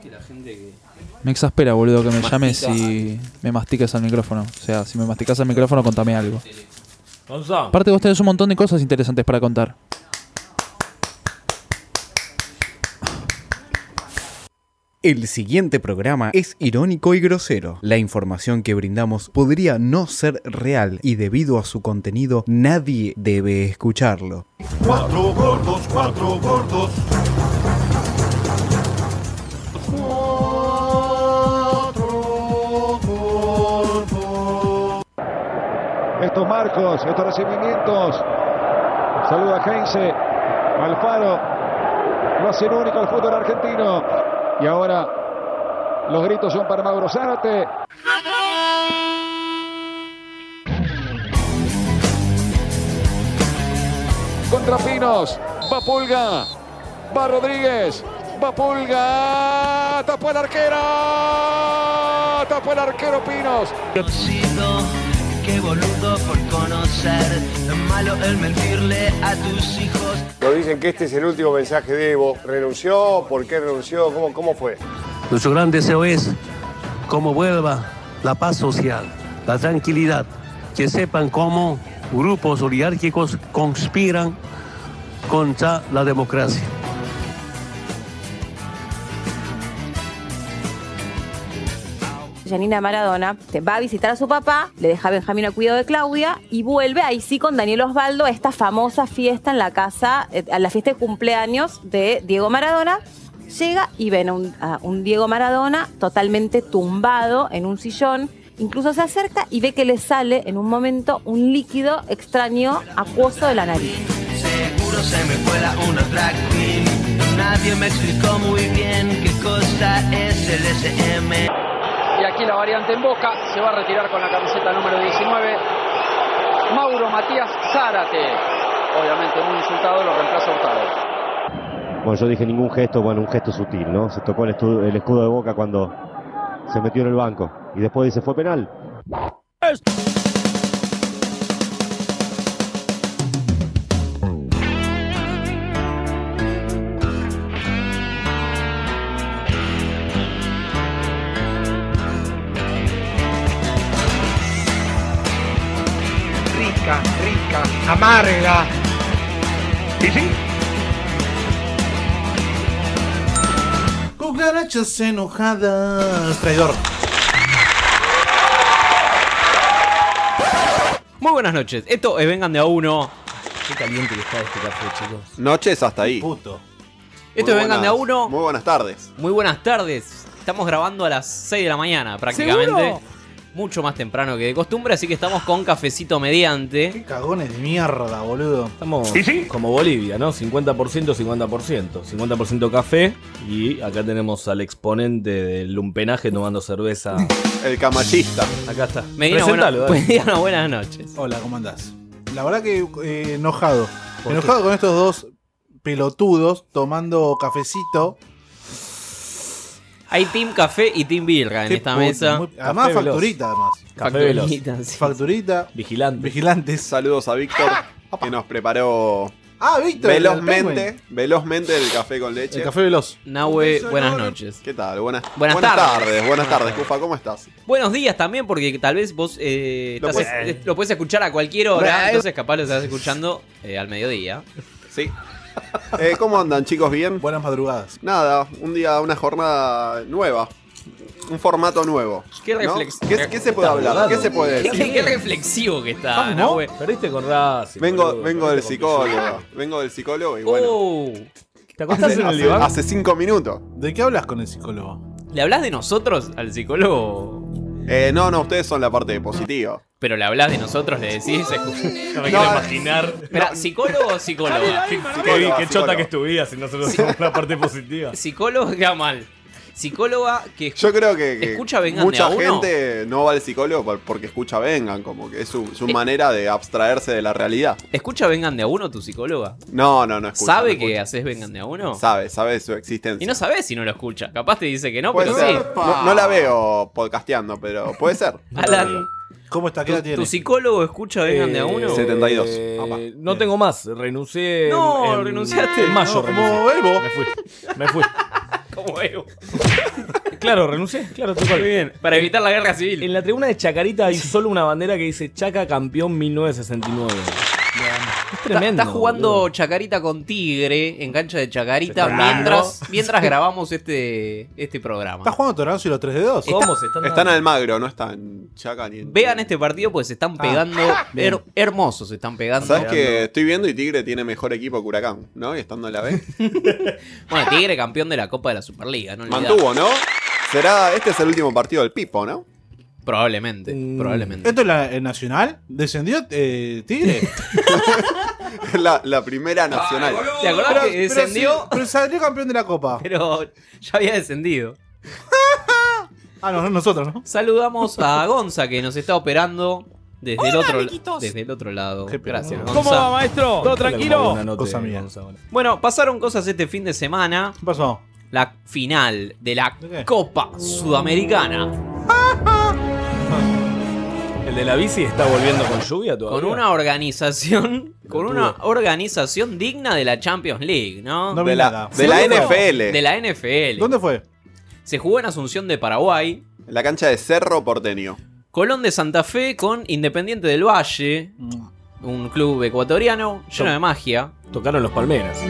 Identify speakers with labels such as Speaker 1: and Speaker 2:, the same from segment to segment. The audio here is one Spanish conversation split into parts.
Speaker 1: ¿Viste la gente que.?
Speaker 2: Me exaspera, boludo, que me
Speaker 1: Mastica.
Speaker 2: llames y me masticas al micrófono. O sea, si me masticas al micrófono, contame algo.
Speaker 3: Gonzalo.
Speaker 2: Aparte, vos tenés un montón de cosas interesantes para contar.
Speaker 4: El siguiente programa es irónico y grosero. La información que brindamos podría no ser real y debido a su contenido nadie debe escucharlo.
Speaker 5: Cuatro gordos, cuatro gordos.
Speaker 6: Estos marcos, estos recibimientos. Saluda a Heinze, Alfaro. Lo hacen único al fútbol argentino. Y ahora los gritos son para Mauro Zárate. Contra Pinos, va Pulga, va Rodríguez, va Pulga, tapó el arquero, tapó el arquero Pinos.
Speaker 7: Conocido, qué boludo por conocer. Lo malo es mentirle a tus hijos.
Speaker 8: Nos dicen que este es el último mensaje de Evo. ¿Renunció? ¿Por qué renunció? ¿Cómo, cómo fue?
Speaker 9: Nuestro gran deseo es cómo vuelva la paz social, la tranquilidad, que sepan cómo grupos oligárquicos conspiran contra la democracia.
Speaker 10: Janina Maradona te va a visitar a su papá, le deja a Benjamín a cuidado de Claudia y vuelve ahí sí con Daniel Osvaldo a esta famosa fiesta en la casa, eh, a la fiesta de cumpleaños de Diego Maradona. Llega y ven a un, a un Diego Maradona totalmente tumbado en un sillón. Incluso se acerca y ve que le sale en un momento un líquido extraño acuoso de la nariz.
Speaker 7: Seguro se me cuela una drag queen. Nadie me explicó muy bien qué cosa es el SM.
Speaker 11: Y aquí la variante en boca se va a retirar con la camiseta número 19. Mauro Matías Zárate. Obviamente muy insultado, lo reemplaza Hurtado.
Speaker 12: Bueno, yo dije ningún gesto, bueno, un gesto sutil, ¿no? Se tocó el, estu- el escudo de boca cuando se metió en el banco. Y después dice, fue penal.
Speaker 13: rica, rica, amarga. ¿Y sí?
Speaker 14: Cucarachas enojadas. Traidor.
Speaker 15: Muy buenas noches. Esto es Vengan de a uno. Qué caliente que está este café, chicos.
Speaker 16: Noches hasta ahí.
Speaker 15: Esto es Vengan de a uno.
Speaker 16: Muy buenas tardes.
Speaker 15: Muy buenas tardes. Estamos grabando a las 6 de la mañana prácticamente.
Speaker 14: ¿Seguro?
Speaker 15: Mucho más temprano que de costumbre, así que estamos con cafecito mediante. Qué
Speaker 14: cagones eh. de mierda, boludo.
Speaker 3: Estamos como Bolivia, ¿no? 50%, 50%. 50% café y acá tenemos al exponente del lumpenaje tomando cerveza.
Speaker 16: El camachista.
Speaker 3: Acá está.
Speaker 15: Medina,
Speaker 3: Presentalo,
Speaker 15: buena-
Speaker 3: dale.
Speaker 15: Mediana, buenas noches.
Speaker 14: Hola, ¿cómo andás? La verdad que eh, enojado.
Speaker 15: ¿Por
Speaker 14: Enojado
Speaker 15: qué?
Speaker 14: con estos dos pelotudos tomando cafecito.
Speaker 15: Hay Team Café y Team Birra en
Speaker 14: Qué
Speaker 15: esta
Speaker 14: puto,
Speaker 15: mesa.
Speaker 14: muy- además facturita, además.
Speaker 15: Facturita, sí.
Speaker 14: Facturita.
Speaker 3: Vigilantes.
Speaker 14: Vigilantes.
Speaker 16: Saludos a Víctor, que nos preparó
Speaker 14: Ah, Víctor. el del Penguin.
Speaker 16: velozmente, velozmente el café con leche.
Speaker 14: El café veloz.
Speaker 15: Nahue, buenas noches.
Speaker 16: ¿Qué tal? Buenas,
Speaker 15: Buenas tardes.
Speaker 16: tardes. Buenas
Speaker 15: Buenas
Speaker 16: tardes,
Speaker 15: tardes.
Speaker 16: Cufa, ¿cómo estás?
Speaker 15: Buenos días también, porque tal vez vos eh,
Speaker 16: Lo
Speaker 15: estás-
Speaker 16: puedes-
Speaker 15: eh, lo puedes escuchar a cualquier hora,
Speaker 16: Bueno. eh,
Speaker 15: entonces capaz lo estás escuchando eh, al mediodía.
Speaker 16: Sí. Eh, ¿Cómo andan, chicos? ¿Bien?
Speaker 14: Buenas madrugadas.
Speaker 16: Nada, un día, una jornada nueva. Un formato nuevo.
Speaker 15: Qué
Speaker 16: ¿no?
Speaker 15: reflex-
Speaker 16: ¿Qué, qué se puede
Speaker 3: Está
Speaker 16: hablar?
Speaker 3: abogado.
Speaker 16: ¿Qué se puede decir?
Speaker 15: Qué, qué reflexivo que está,
Speaker 3: Vamos,
Speaker 15: Nahue.
Speaker 3: Perdiste con Racing.
Speaker 16: Vengo,
Speaker 3: boludo,
Speaker 16: vengo del
Speaker 3: perdiste con
Speaker 16: psicólogo.
Speaker 3: Pichuá.
Speaker 16: Vengo del psicólogo y bueno.
Speaker 15: Oh.
Speaker 3: ¿Te acostás en el
Speaker 16: hace,
Speaker 3: diván?
Speaker 16: hace cinco minutos.
Speaker 14: ¿De qué hablas con el psicólogo?
Speaker 15: ¿Le hablas de nosotros al psicólogo?
Speaker 16: Eh, no, no, ustedes son la parte positiva. eh,
Speaker 15: Pero le hablas de nosotros, le decís. escu-
Speaker 16: me quiero
Speaker 3: imaginar.
Speaker 15: Espera, ¿psicólogo o psicóloga?
Speaker 3: Qué,
Speaker 16: Psicóloga,
Speaker 3: qué- qué chota
Speaker 16: psicóloga.
Speaker 3: que es tu vida si nosotros somos la parte positiva.
Speaker 15: Psicólogo queda mal. Psicóloga que escu-
Speaker 16: Yo creo que, que
Speaker 15: escucha vengan
Speaker 16: mucha
Speaker 15: de a uno.
Speaker 16: gente no va al psicólogo por- porque escucha vengan, como que es su, su
Speaker 15: Eh.
Speaker 16: manera de abstraerse de la realidad.
Speaker 15: ¿Escucha vengan de a uno tu psicóloga?
Speaker 16: No, no, no escucha.
Speaker 15: ¿Sabe
Speaker 16: no
Speaker 15: que
Speaker 16: escucha.
Speaker 15: haces vengan de a uno?
Speaker 16: Sabe, sabe de su existencia.
Speaker 15: Y no sabes si no lo escucha. Capaz te dice que no,
Speaker 16: Puede
Speaker 15: pero
Speaker 16: ser.
Speaker 15: sí.
Speaker 16: No, no la veo podcasteando, pero puede ser.
Speaker 15: Alan,
Speaker 14: ¿Cómo está? ¿Qué edad
Speaker 15: ¿tu
Speaker 14: tiene?
Speaker 15: psicólogo escucha vengan de a uno?
Speaker 16: Eh, 72.
Speaker 3: Eh,
Speaker 16: Apa.
Speaker 3: no tengo más, renuncié. en-
Speaker 15: No,
Speaker 3: en-
Speaker 15: renunciaste.
Speaker 3: En mayo.
Speaker 14: Como
Speaker 3: renuncié.
Speaker 14: Evo.
Speaker 3: Me fui. Me fui.
Speaker 17: huevo.
Speaker 3: Claro, renuncié. Claro, tú
Speaker 17: Muy bien, para evitar la guerra civil.
Speaker 3: En la tribuna de Chacarita hay solo una bandera que dice Chaca campeón 1969. Es
Speaker 15: Está,
Speaker 3: tremendo.
Speaker 15: está jugando
Speaker 3: boludo.
Speaker 15: Chacarita con Tigre en cancha de Chacarita
Speaker 3: Se está
Speaker 15: mientras,
Speaker 3: dando.
Speaker 15: mientras grabamos este, este programa.
Speaker 14: Está jugando Toranzo y los 3 de 2.
Speaker 15: Está- ¿Cómo se están
Speaker 16: Está en
Speaker 15: dando?
Speaker 16: Almagro, no está en Chaca ni en.
Speaker 15: Vean este partido pues se están
Speaker 3: Ah.
Speaker 15: pegando
Speaker 16: bien.
Speaker 15: her- hermosos, se están pegando.
Speaker 16: ¿Sabes que estoy viendo y Tigre tiene mejor equipo que Huracán, ¿no? Y estando en la B.
Speaker 15: Bueno, Tigre campeón de la Copa de la Superliga, no olvidar.
Speaker 16: Mantuvo, ¿no? Será. Este es el último partido del Pipo, ¿no?
Speaker 15: Probablemente, probablemente.
Speaker 14: ¿Esto es la, el Nacional? ¿Descendió eh, Tigre?
Speaker 16: la, la primera nacional.
Speaker 15: ¿Te acordás que descendió?
Speaker 14: Pero, sí, pero salió campeón de la Copa.
Speaker 15: Pero ya había descendido.
Speaker 14: Ah, no, nosotros, ¿no?
Speaker 15: Saludamos a Gonza que nos está operando desde el otro
Speaker 17: amiguitos.
Speaker 15: desde el otro lado. Gracias, Gonza.
Speaker 17: ¿Cómo va, maestro? ¿Todo tranquilo?
Speaker 14: Cosa mía.
Speaker 15: Bueno, pasaron cosas este fin de semana. ¿Qué
Speaker 14: pasó?
Speaker 15: La final de la Copa Sudamericana.
Speaker 3: El de la bici está volviendo con lluvia todavía.
Speaker 15: Con una organización. Con una organización digna de la Champions League, ¿no?
Speaker 14: No vi De la- nada.
Speaker 16: de la NFL.
Speaker 15: De la NFL.
Speaker 14: ¿Dónde fue?
Speaker 15: Se jugó en Asunción de Paraguay.
Speaker 16: En la cancha de Cerro Porteño.
Speaker 15: Colón de Santa Fe con Independiente del Valle.
Speaker 14: Mm.
Speaker 15: Un club ecuatoriano lleno de magia.
Speaker 3: Tocaron los palmeras.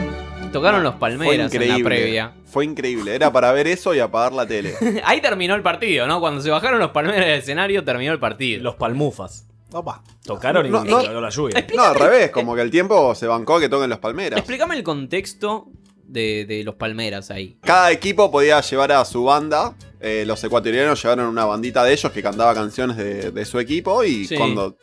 Speaker 15: Tocaron los palmeras en la previa.
Speaker 16: Fue increíble. Era para ver eso y apagar la tele.
Speaker 15: Ahí terminó el partido, ¿no? Cuando se bajaron los palmeras del escenario, terminó el partido.
Speaker 3: Los palmufas.
Speaker 14: Opa.
Speaker 3: Tocaron y
Speaker 16: No, no.
Speaker 3: la lluvia.
Speaker 16: No, al revés, como que el tiempo se bancó que toquen los palmeras.
Speaker 15: Explícame el contexto de, de los palmeras ahí.
Speaker 16: Cada equipo podía llevar a su banda. eh, los ecuatorianos llevaron una bandita de ellos que cantaba canciones de, de su equipo y
Speaker 15: Sí.
Speaker 16: cuando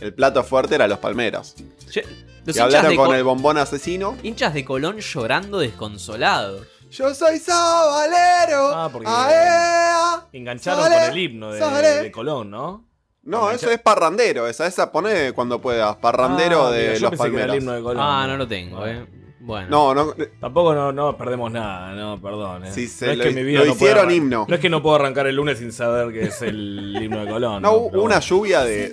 Speaker 16: el plato fuerte era los palmeras.
Speaker 15: Che, los
Speaker 16: Y
Speaker 15: hinchas
Speaker 16: hablaron
Speaker 15: de
Speaker 16: con
Speaker 15: Col-
Speaker 16: el bombón asesino.
Speaker 15: Hinchas de Colón llorando desconsolados.
Speaker 16: Yo soy Sabalero.
Speaker 3: Ah, porque
Speaker 16: ¡Aea!
Speaker 3: engancharon
Speaker 16: Sabalé,
Speaker 3: con el himno de,
Speaker 16: Sabalé.
Speaker 3: de Colón, ¿no?
Speaker 16: No, eso es parrandero. Esa, esa pone cuando puedas. Parrandero
Speaker 3: Ah,
Speaker 16: de
Speaker 3: mira, yo
Speaker 16: los
Speaker 3: pensé que era el
Speaker 16: palmeras.
Speaker 3: himno de Colón.
Speaker 15: Ah, no lo tengo, eh. Bueno.
Speaker 16: No, no.
Speaker 3: Tampoco no, no perdemos nada, no, perdón. eh.
Speaker 16: Sí, se
Speaker 3: no
Speaker 16: lo-
Speaker 3: no
Speaker 16: lo
Speaker 3: puede
Speaker 16: hicieron
Speaker 3: arran-
Speaker 16: himno.
Speaker 3: No es que no puedo arrancar el lunes sin saber que es el himno de Colón.
Speaker 16: No,
Speaker 3: ¿no?
Speaker 16: hubo una lluvia de.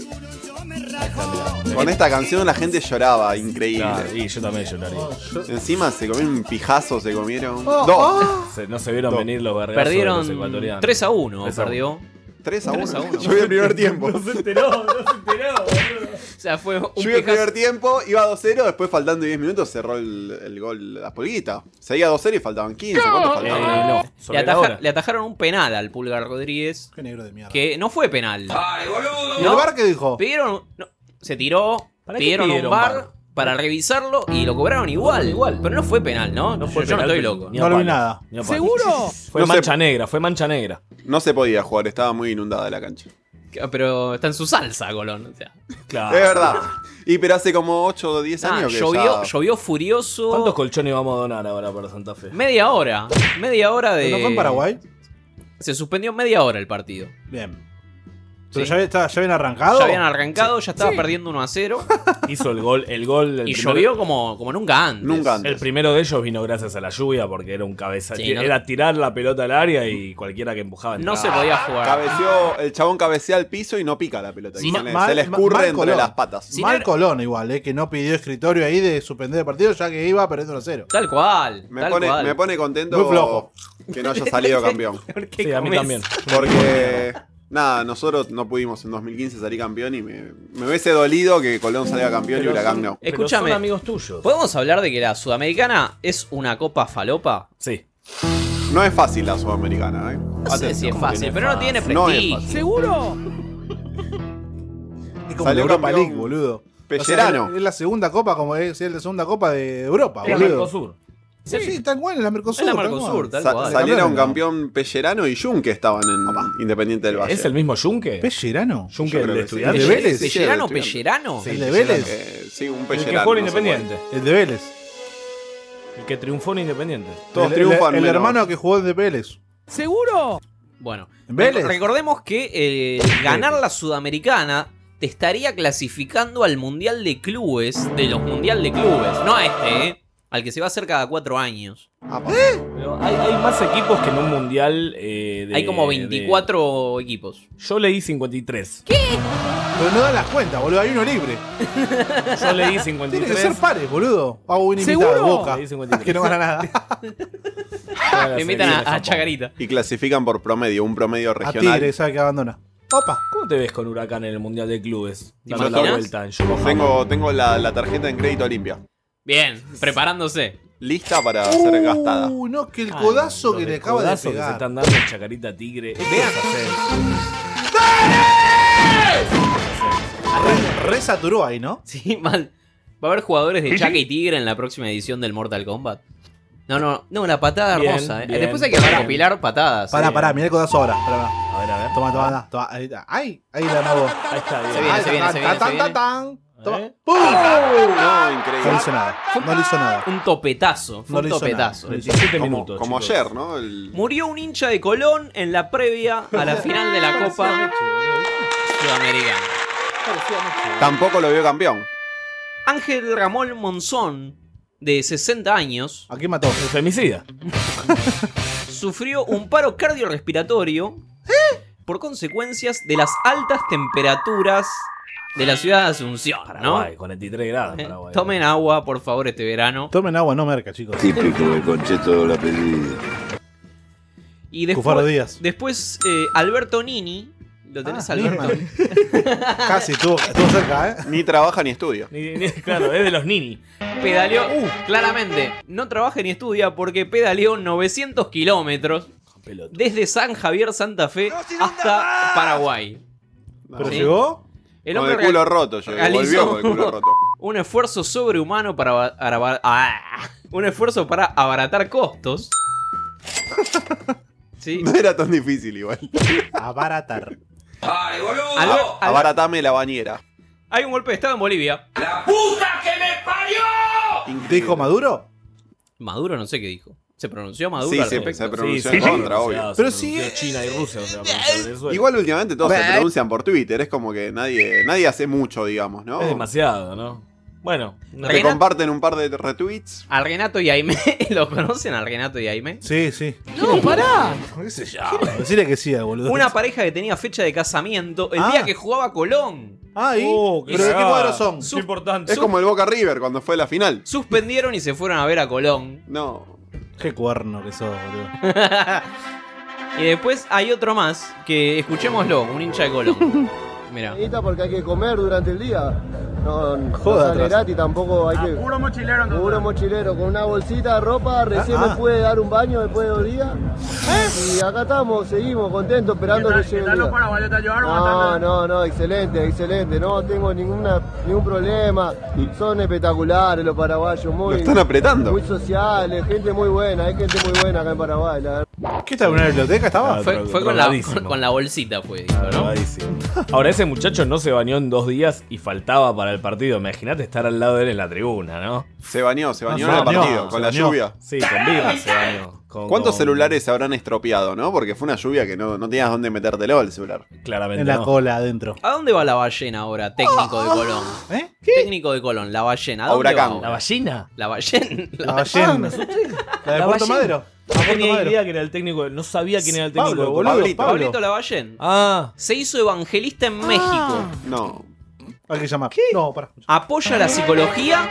Speaker 16: Con esta canción la gente lloraba, increíble.
Speaker 3: y Oh, yo también lloraría.
Speaker 16: Encima se comieron un pijazo, se comieron.
Speaker 3: Oh,
Speaker 16: Dos.
Speaker 3: Se- no se vieron
Speaker 16: Dos.
Speaker 3: venir los vergazos
Speaker 15: Perdieron
Speaker 3: de los ecuatorianos.
Speaker 15: 3 a 1,
Speaker 3: Tres a
Speaker 15: perdió.
Speaker 16: 3 a
Speaker 15: 3 a
Speaker 16: 1.
Speaker 15: 1.
Speaker 16: Yo vi el primer tiempo.
Speaker 3: No se enteró, no se enteró.
Speaker 15: O sea, fue un
Speaker 16: Yo vi el
Speaker 15: pijazo.
Speaker 16: primer tiempo, iba 2-0, después faltando 10 minutos cerró el, el gol la pulguita. Seguía 2-0 y faltaban 15. ¿Cuánto
Speaker 3: Eh,
Speaker 16: faltaban?
Speaker 15: Eh, le, ataja- le atajaron un penal al Pulgar Rodríguez. Que no fue penal.
Speaker 14: ¿Y el bar qué dijo?
Speaker 15: Pidieron. no, se tiró.
Speaker 14: qué
Speaker 15: Pidieron,
Speaker 14: pidieron
Speaker 15: un bar,
Speaker 14: VAR?
Speaker 15: para revisarlo y lo cobraron igual.
Speaker 3: Igual.
Speaker 15: Pero no fue penal, ¿no?
Speaker 3: fue
Speaker 15: yo,
Speaker 3: penal,
Speaker 15: yo no
Speaker 3: pero
Speaker 15: estoy loco.
Speaker 3: ni a No lo vi palos, nada. ni a palos. ¿Seguro? Fue mancha
Speaker 16: negra,
Speaker 3: fue mancha negra.
Speaker 16: No se podía jugar, estaba muy inundada la cancha.
Speaker 15: Ah, Pero está en su salsa, Colón. O sea.
Speaker 3: Claro.
Speaker 16: Es verdad. Y pero hace como 8 o 10
Speaker 17: Ah,
Speaker 16: años que
Speaker 15: llovió,
Speaker 16: ya-
Speaker 15: llovió furioso.
Speaker 3: ¿Cuántos colchones vamos a donar ahora para Santa Fe?
Speaker 15: Media hora. Media hora de.
Speaker 14: ¿No fue en Paraguay?
Speaker 15: Se suspendió media hora el partido.
Speaker 14: Bien. ¿Pero
Speaker 15: Sí.
Speaker 14: ya, había- está- ya habían arrancado?
Speaker 15: Ya habían arrancado, ya estaba
Speaker 14: Sí.
Speaker 15: perdiendo 1 a 0.
Speaker 3: Hizo el gol, el gol. del
Speaker 15: y
Speaker 3: primer-
Speaker 15: llovió como, como nunca antes.
Speaker 3: El primero de ellos vino gracias a la lluvia porque era un cabeza.
Speaker 15: Sí, no-
Speaker 3: Era tirar la pelota al área y cualquiera que empujaba.
Speaker 15: No
Speaker 3: entraba.
Speaker 15: se podía jugar.
Speaker 16: Ah, Cabeció, el chabón cabecea al piso y no pica la pelota.
Speaker 14: Sí,
Speaker 16: se,
Speaker 14: no.
Speaker 16: le,
Speaker 14: Mal-
Speaker 16: se le
Speaker 14: ma-
Speaker 16: escurre
Speaker 14: mal
Speaker 16: entre
Speaker 14: Colón.
Speaker 16: las patas.
Speaker 14: Mal Colón igual, eh, que no pidió escritorio ahí de suspender el partido ya que iba perdiendo 1 0.
Speaker 15: Tal cual.
Speaker 16: Me pone, me pone contento
Speaker 14: Muy flojo.
Speaker 16: que no haya salido campeón.
Speaker 3: Sí, a mí
Speaker 14: comes?
Speaker 3: también.
Speaker 16: Porque, nada, nosotros no pudimos en 2015 salir campeón y me, me hubiese dolido que Colón salga campeón y Huracán no.
Speaker 15: Escúchame.
Speaker 3: amigos tuyos.
Speaker 15: ¿Podemos hablar de que la Sudamericana es una copa falopa?
Speaker 3: Sí.
Speaker 16: No es fácil la Sudamericana, ¿eh?
Speaker 15: No sé si es fácil, pero no tiene
Speaker 16: No es
Speaker 15: prestigio.
Speaker 16: fácil.
Speaker 15: ¿Seguro?
Speaker 14: Es como la
Speaker 16: Salió
Speaker 14: Europa
Speaker 16: campeón
Speaker 14: League, boludo.
Speaker 16: Pellerano.
Speaker 14: O sea, es la segunda copa, como es, es la segunda copa de Europa,
Speaker 16: Es la
Speaker 14: boludo.
Speaker 16: Mercosur.
Speaker 14: Sí, sí, tal cual, es la Mercosur.
Speaker 15: Es la
Speaker 14: tal
Speaker 15: Mercosur,
Speaker 14: cual.
Speaker 15: tal cual.
Speaker 16: salieron campeón Pellerano y Jun que estaban en Independiente del Valle.
Speaker 3: ¿Es el mismo Yunque?
Speaker 14: ¿Pellerano?
Speaker 3: ¿Yunque
Speaker 16: Yo
Speaker 3: el
Speaker 16: creo
Speaker 3: de
Speaker 16: que sí.
Speaker 3: estudiantes?
Speaker 16: ¿De Vélez?
Speaker 15: ¿Pellerano,
Speaker 16: Sí, de
Speaker 15: Pellerano?
Speaker 3: Sí,
Speaker 14: ¿El de Vélez?
Speaker 16: Eh, sí, un
Speaker 3: El que
Speaker 16: Pellerano.
Speaker 3: fue en
Speaker 16: no sé
Speaker 3: Independiente.
Speaker 14: El de Vélez.
Speaker 3: El que triunfó en Independiente.
Speaker 14: El- el- El, hermano que jugó de Vélez.
Speaker 15: ¿Seguro? Bueno,
Speaker 14: Vélez.
Speaker 15: reco- recordemos que eh, ganar la Sudamericana te estaría clasificando al Mundial de Clubes, de los Mundial de Clubes, no a este, ¿eh? al que se va a hacer cada cuatro años.
Speaker 16: Ah,
Speaker 3: Pero hay, hay más equipos que en un mundial. eh, de-
Speaker 15: Hay como
Speaker 3: de-
Speaker 15: 24 equipos.
Speaker 3: Yo leí 53.
Speaker 14: Pero no dan las cuentas, boludo. Hay uno libre.
Speaker 3: Yo leí
Speaker 14: Tiene
Speaker 3: 53.
Speaker 14: que ser pares, boludo. Hago un invitado
Speaker 3: ¿Seguro?
Speaker 14: boca.
Speaker 3: Leí 53.
Speaker 14: Que no gana nada.
Speaker 15: Me invitan a, a Chacarita.
Speaker 16: Y clasifican por promedio, un promedio
Speaker 14: A
Speaker 16: regional.
Speaker 14: Tigre, sabe que abandona. Opa.
Speaker 3: ¿Cómo te ves con Huracán en el Mundial de Clubes?
Speaker 16: Yo
Speaker 3: Dando la
Speaker 16: estoy-
Speaker 3: vuelta en Yokohama.
Speaker 16: Tengo, tengo la, la tarjeta en crédito limpia.
Speaker 15: Bien, preparándose. Ah,
Speaker 16: Lista para ser gastada.
Speaker 14: Uy, Uh, no, que el
Speaker 16: Ay,
Speaker 3: Ah,
Speaker 14: codazo
Speaker 16: los
Speaker 14: que le
Speaker 16: del
Speaker 14: acaba de
Speaker 16: codazo que
Speaker 14: pegar.
Speaker 16: se
Speaker 3: Están dando en Chacarita Tigre. Esto es ascenso.
Speaker 14: Resaturó ahí, ¿no?
Speaker 15: Sí, mal. Va a haber jugadores de
Speaker 14: Sí, sí.
Speaker 15: Chaca y Tigre en la próxima edición del Mortal Kombat. No, no, no, una patada
Speaker 14: Bien,
Speaker 15: hermosa. eh.
Speaker 14: bien,
Speaker 15: Después hay que
Speaker 14: bien.
Speaker 15: recopilar patadas.
Speaker 14: Pará,
Speaker 15: eh.
Speaker 14: pará, mirá el codazo ahora. Pará, pará.
Speaker 3: A ver, a ver.
Speaker 14: Toma, toma, anda, toma. Ahí está. Ay, ahí la mago.
Speaker 3: Ahí está,
Speaker 15: Se viene, se viene, se viene, se viene.
Speaker 14: Toma.
Speaker 16: No,
Speaker 14: No
Speaker 16: increíble.
Speaker 14: le hizo nada. No le hizo nada.
Speaker 15: Un topetazo, fue
Speaker 14: No
Speaker 15: un
Speaker 14: le hizo nada,
Speaker 15: topetazo.
Speaker 14: no le hizo nada. 27
Speaker 15: Como-
Speaker 14: minutos,
Speaker 16: Como ayer, ¿no? El-
Speaker 15: Murió un hincha de Colón en la previa a la final de la Copa Sudamericana.
Speaker 16: Tampoco lo vio campeón.
Speaker 15: Ángel Ramón Monzón, de 60 años.
Speaker 14: ¿A quién mató? El
Speaker 3: femicida.
Speaker 15: Sufrió un paro cardiorrespiratorio
Speaker 14: ¿Eh?
Speaker 15: por consecuencias de las altas temperaturas de la ciudad de Asunción. ¿no? Eh,
Speaker 3: Paraguay, 43 grados. Paraguay.
Speaker 15: Tomen agua, por favor, este verano.
Speaker 14: Tomen agua, no merca, chicos.
Speaker 15: Típico
Speaker 14: el concheto de la pedida.
Speaker 15: Y
Speaker 14: Cufaro
Speaker 15: después,
Speaker 14: Díaz.
Speaker 15: después eh, Alberto Nini. ¿Lo tenés,
Speaker 14: Ah,
Speaker 15: Alberto?
Speaker 14: Casi estuvo, estuvo cerca, ¿eh?
Speaker 16: Ni trabaja ni estudia.
Speaker 3: Ni- ni- claro, es de los Nini. Uh.
Speaker 15: Pedaleó, uh, claramente, no trabaja ni estudia porque pedaleó 900 kilómetros desde San Javier, Santa Fe hasta Paraguay.
Speaker 14: ¿Pero
Speaker 15: Sí.
Speaker 14: llegó?
Speaker 15: El
Speaker 16: Con
Speaker 15: hombre
Speaker 16: el culo
Speaker 15: real-
Speaker 16: roto, llegó.
Speaker 15: realizó-
Speaker 16: Volvió con el culo roto.
Speaker 15: Un esfuerzo sobrehumano para, aba- araba- ah, un esfuerzo para abaratar costos. Sí.
Speaker 16: No era tan difícil igual.
Speaker 14: Abaratar.
Speaker 15: Albert-
Speaker 16: A- Abaratame la bañera.
Speaker 15: Hay un golpe de estado en Bolivia.
Speaker 14: ¿Dijo Maduro?
Speaker 15: Maduro no sé qué dijo. ¿Se pronunció Maduro
Speaker 16: Sí,
Speaker 15: al
Speaker 16: se,
Speaker 15: respecto?
Speaker 16: se pronunció en contra, obvio.
Speaker 3: Pero sí. China y Rusia. o sea, Venezuela.
Speaker 16: Igual últimamente todos
Speaker 3: Bah.
Speaker 16: se pronuncian por Twitter, es como que nadie, nadie hace mucho, digamos, ¿no?
Speaker 3: Es demasiado, ¿no? Bueno,
Speaker 16: Te
Speaker 15: Renato-
Speaker 16: comparten un par de retweets.
Speaker 15: Al Renato y Aime. ¿Lo conocen al Renato y Aime?
Speaker 14: Sí, sí.
Speaker 15: No, pará.
Speaker 14: ¿Qué sé yo? Decirle que sí, boludo.
Speaker 15: Una pareja que tenía fecha de casamiento el
Speaker 14: Ah.
Speaker 15: día que jugaba Colón.
Speaker 14: Ay, pero ¿de Oh, qué cuadro son?
Speaker 15: Sus-
Speaker 3: importante.
Speaker 16: Es como el Boca River cuando fue la final.
Speaker 15: Suspendieron y se fueron a ver a Colón.
Speaker 16: No.
Speaker 14: Qué cuerno que sos, boludo.
Speaker 15: y después hay otro más que escuchémoslo, un hincha de Colón. Mira.
Speaker 18: Porque hay que comer durante el día. No, no
Speaker 15: Joda,
Speaker 18: sale
Speaker 15: atrás.
Speaker 18: gratis tampoco hay que. Ah, Puro mochilero, Puro mochilero, con una bolsita de ropa, recién
Speaker 14: Ah,
Speaker 18: me
Speaker 14: ah.
Speaker 18: pude dar un baño después de dos días. Y acá estamos, seguimos contentos, esperando que llegue. el día. No, no, no, excelente, excelente. No tengo ninguna, ningún problema. Son espectaculares los paraguayos, muy.
Speaker 16: Lo están apretando.
Speaker 18: Muy sociales, gente muy buena, hay gente muy buena acá en Paraguay, la verdad.
Speaker 14: ¿Qué estaba en una biblioteca?
Speaker 3: Estaba
Speaker 15: Fue, fue con, la,
Speaker 3: drogadísimo.
Speaker 15: con- con la bolsita, fue, dijo,
Speaker 14: Ah,
Speaker 15: ¿no?
Speaker 3: Ahora, ese muchacho no se bañó en dos días y faltaba para el partido. Imagínate estar al lado de él en la tribuna, ¿no?
Speaker 16: Se bañó, se bañó en
Speaker 3: No, Ah, se
Speaker 16: el
Speaker 3: bañó,
Speaker 16: partido,
Speaker 3: se
Speaker 16: con la
Speaker 3: bañó.
Speaker 16: lluvia.
Speaker 3: Sí, con birra se bañó. Con-
Speaker 16: ¿Cuántos
Speaker 3: con-
Speaker 16: celulares se habrán estropeado, no? Porque fue una lluvia que no, no tenías dónde metértelo el celular.
Speaker 3: Claramente.
Speaker 14: En la cola adentro.
Speaker 15: ¿A dónde va la ballena ahora, técnico de Colón?
Speaker 14: ¿Eh?
Speaker 15: Técnico de Colón, la ballena. ¿A
Speaker 16: A
Speaker 15: dónde
Speaker 16: Huracán.
Speaker 15: va ahora?
Speaker 3: ¿La ballena?
Speaker 15: La ballena. Ah,
Speaker 14: La ballena. ¿La de
Speaker 3: La
Speaker 14: Puerto
Speaker 3: ballena.
Speaker 14: Madero?
Speaker 3: No tenía
Speaker 14: Madero.
Speaker 3: idea que era el técnico. de- No sabía quién era el técnico.
Speaker 14: Pablo,
Speaker 3: de
Speaker 14: boludo,
Speaker 3: Pablito.
Speaker 14: Pablo.
Speaker 15: Pablito Lavallén.
Speaker 3: Ah.
Speaker 15: Se hizo evangelista en México.
Speaker 16: No.
Speaker 14: Hay que llamar. No, pará.
Speaker 15: Apoya la psicología.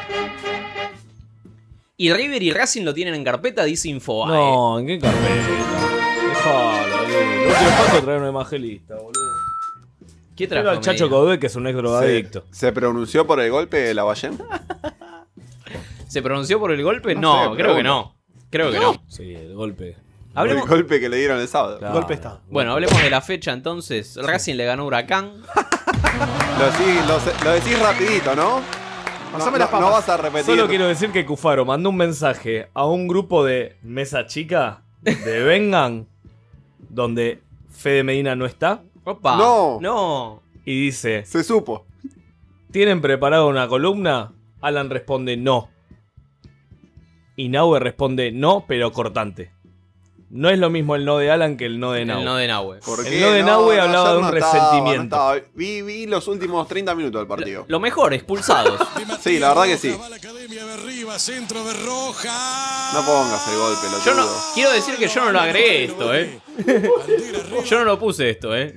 Speaker 15: Y River y Racing lo tienen en carpeta, dice Infobae.
Speaker 3: No, ¿en qué carpeta? Dejalo, boludo. Lo quiero tanto traer un evangelista, boludo.
Speaker 15: ¿Qué
Speaker 3: trajo,
Speaker 16: Era
Speaker 3: el Chacho Codé, que es un ex drogadicto.
Speaker 16: ¿Se, se pronunció por el golpe de la ballena?
Speaker 15: ¿Se pronunció por el golpe?
Speaker 16: No
Speaker 15: Ah, No,
Speaker 16: sé,
Speaker 15: creo que
Speaker 16: pregunto.
Speaker 15: no. Creo que no.
Speaker 3: Sí, el golpe.
Speaker 15: Hablemos-
Speaker 16: El golpe que le dieron el sábado.
Speaker 15: Golpe
Speaker 14: Estado.
Speaker 15: Ah, Bueno, hablemos de la fecha entonces. Racing le ganó a Huracán.
Speaker 16: Lo, decís- lo- lo decís rapidito, ¿no?
Speaker 14: Pasame
Speaker 16: no,
Speaker 14: las papas.
Speaker 16: no vas a repetir.
Speaker 3: Solo quiero decir que Cufaro mandó un mensaje a un grupo de mesa chica de Vengan, donde Fede Medina no está.
Speaker 15: Opa.
Speaker 16: No.
Speaker 15: No.
Speaker 3: Y dice:
Speaker 16: Se supo.
Speaker 3: ¿Tienen preparada una columna? Alan responde: No. Y Nahue responde: No, pero cortante. No es lo mismo el no de Alan que el no de Nahue.
Speaker 15: El no de Nahue.
Speaker 16: ¿Por
Speaker 3: El
Speaker 16: qué?
Speaker 3: no de Nahue hablaba
Speaker 16: ayer
Speaker 3: de un
Speaker 16: estaba,
Speaker 3: resentimiento.
Speaker 16: no estaba. Vi, vi los últimos 30 minutos del partido.
Speaker 15: Lo mejor, expulsados.
Speaker 16: Sí, la verdad que sí.
Speaker 19: arriba, centro de Roja.
Speaker 16: No pongas el gol, pelotudo.
Speaker 15: Yo no, quiero decir que yo no lo agregué esto, eh. Yo no lo puse esto, eh.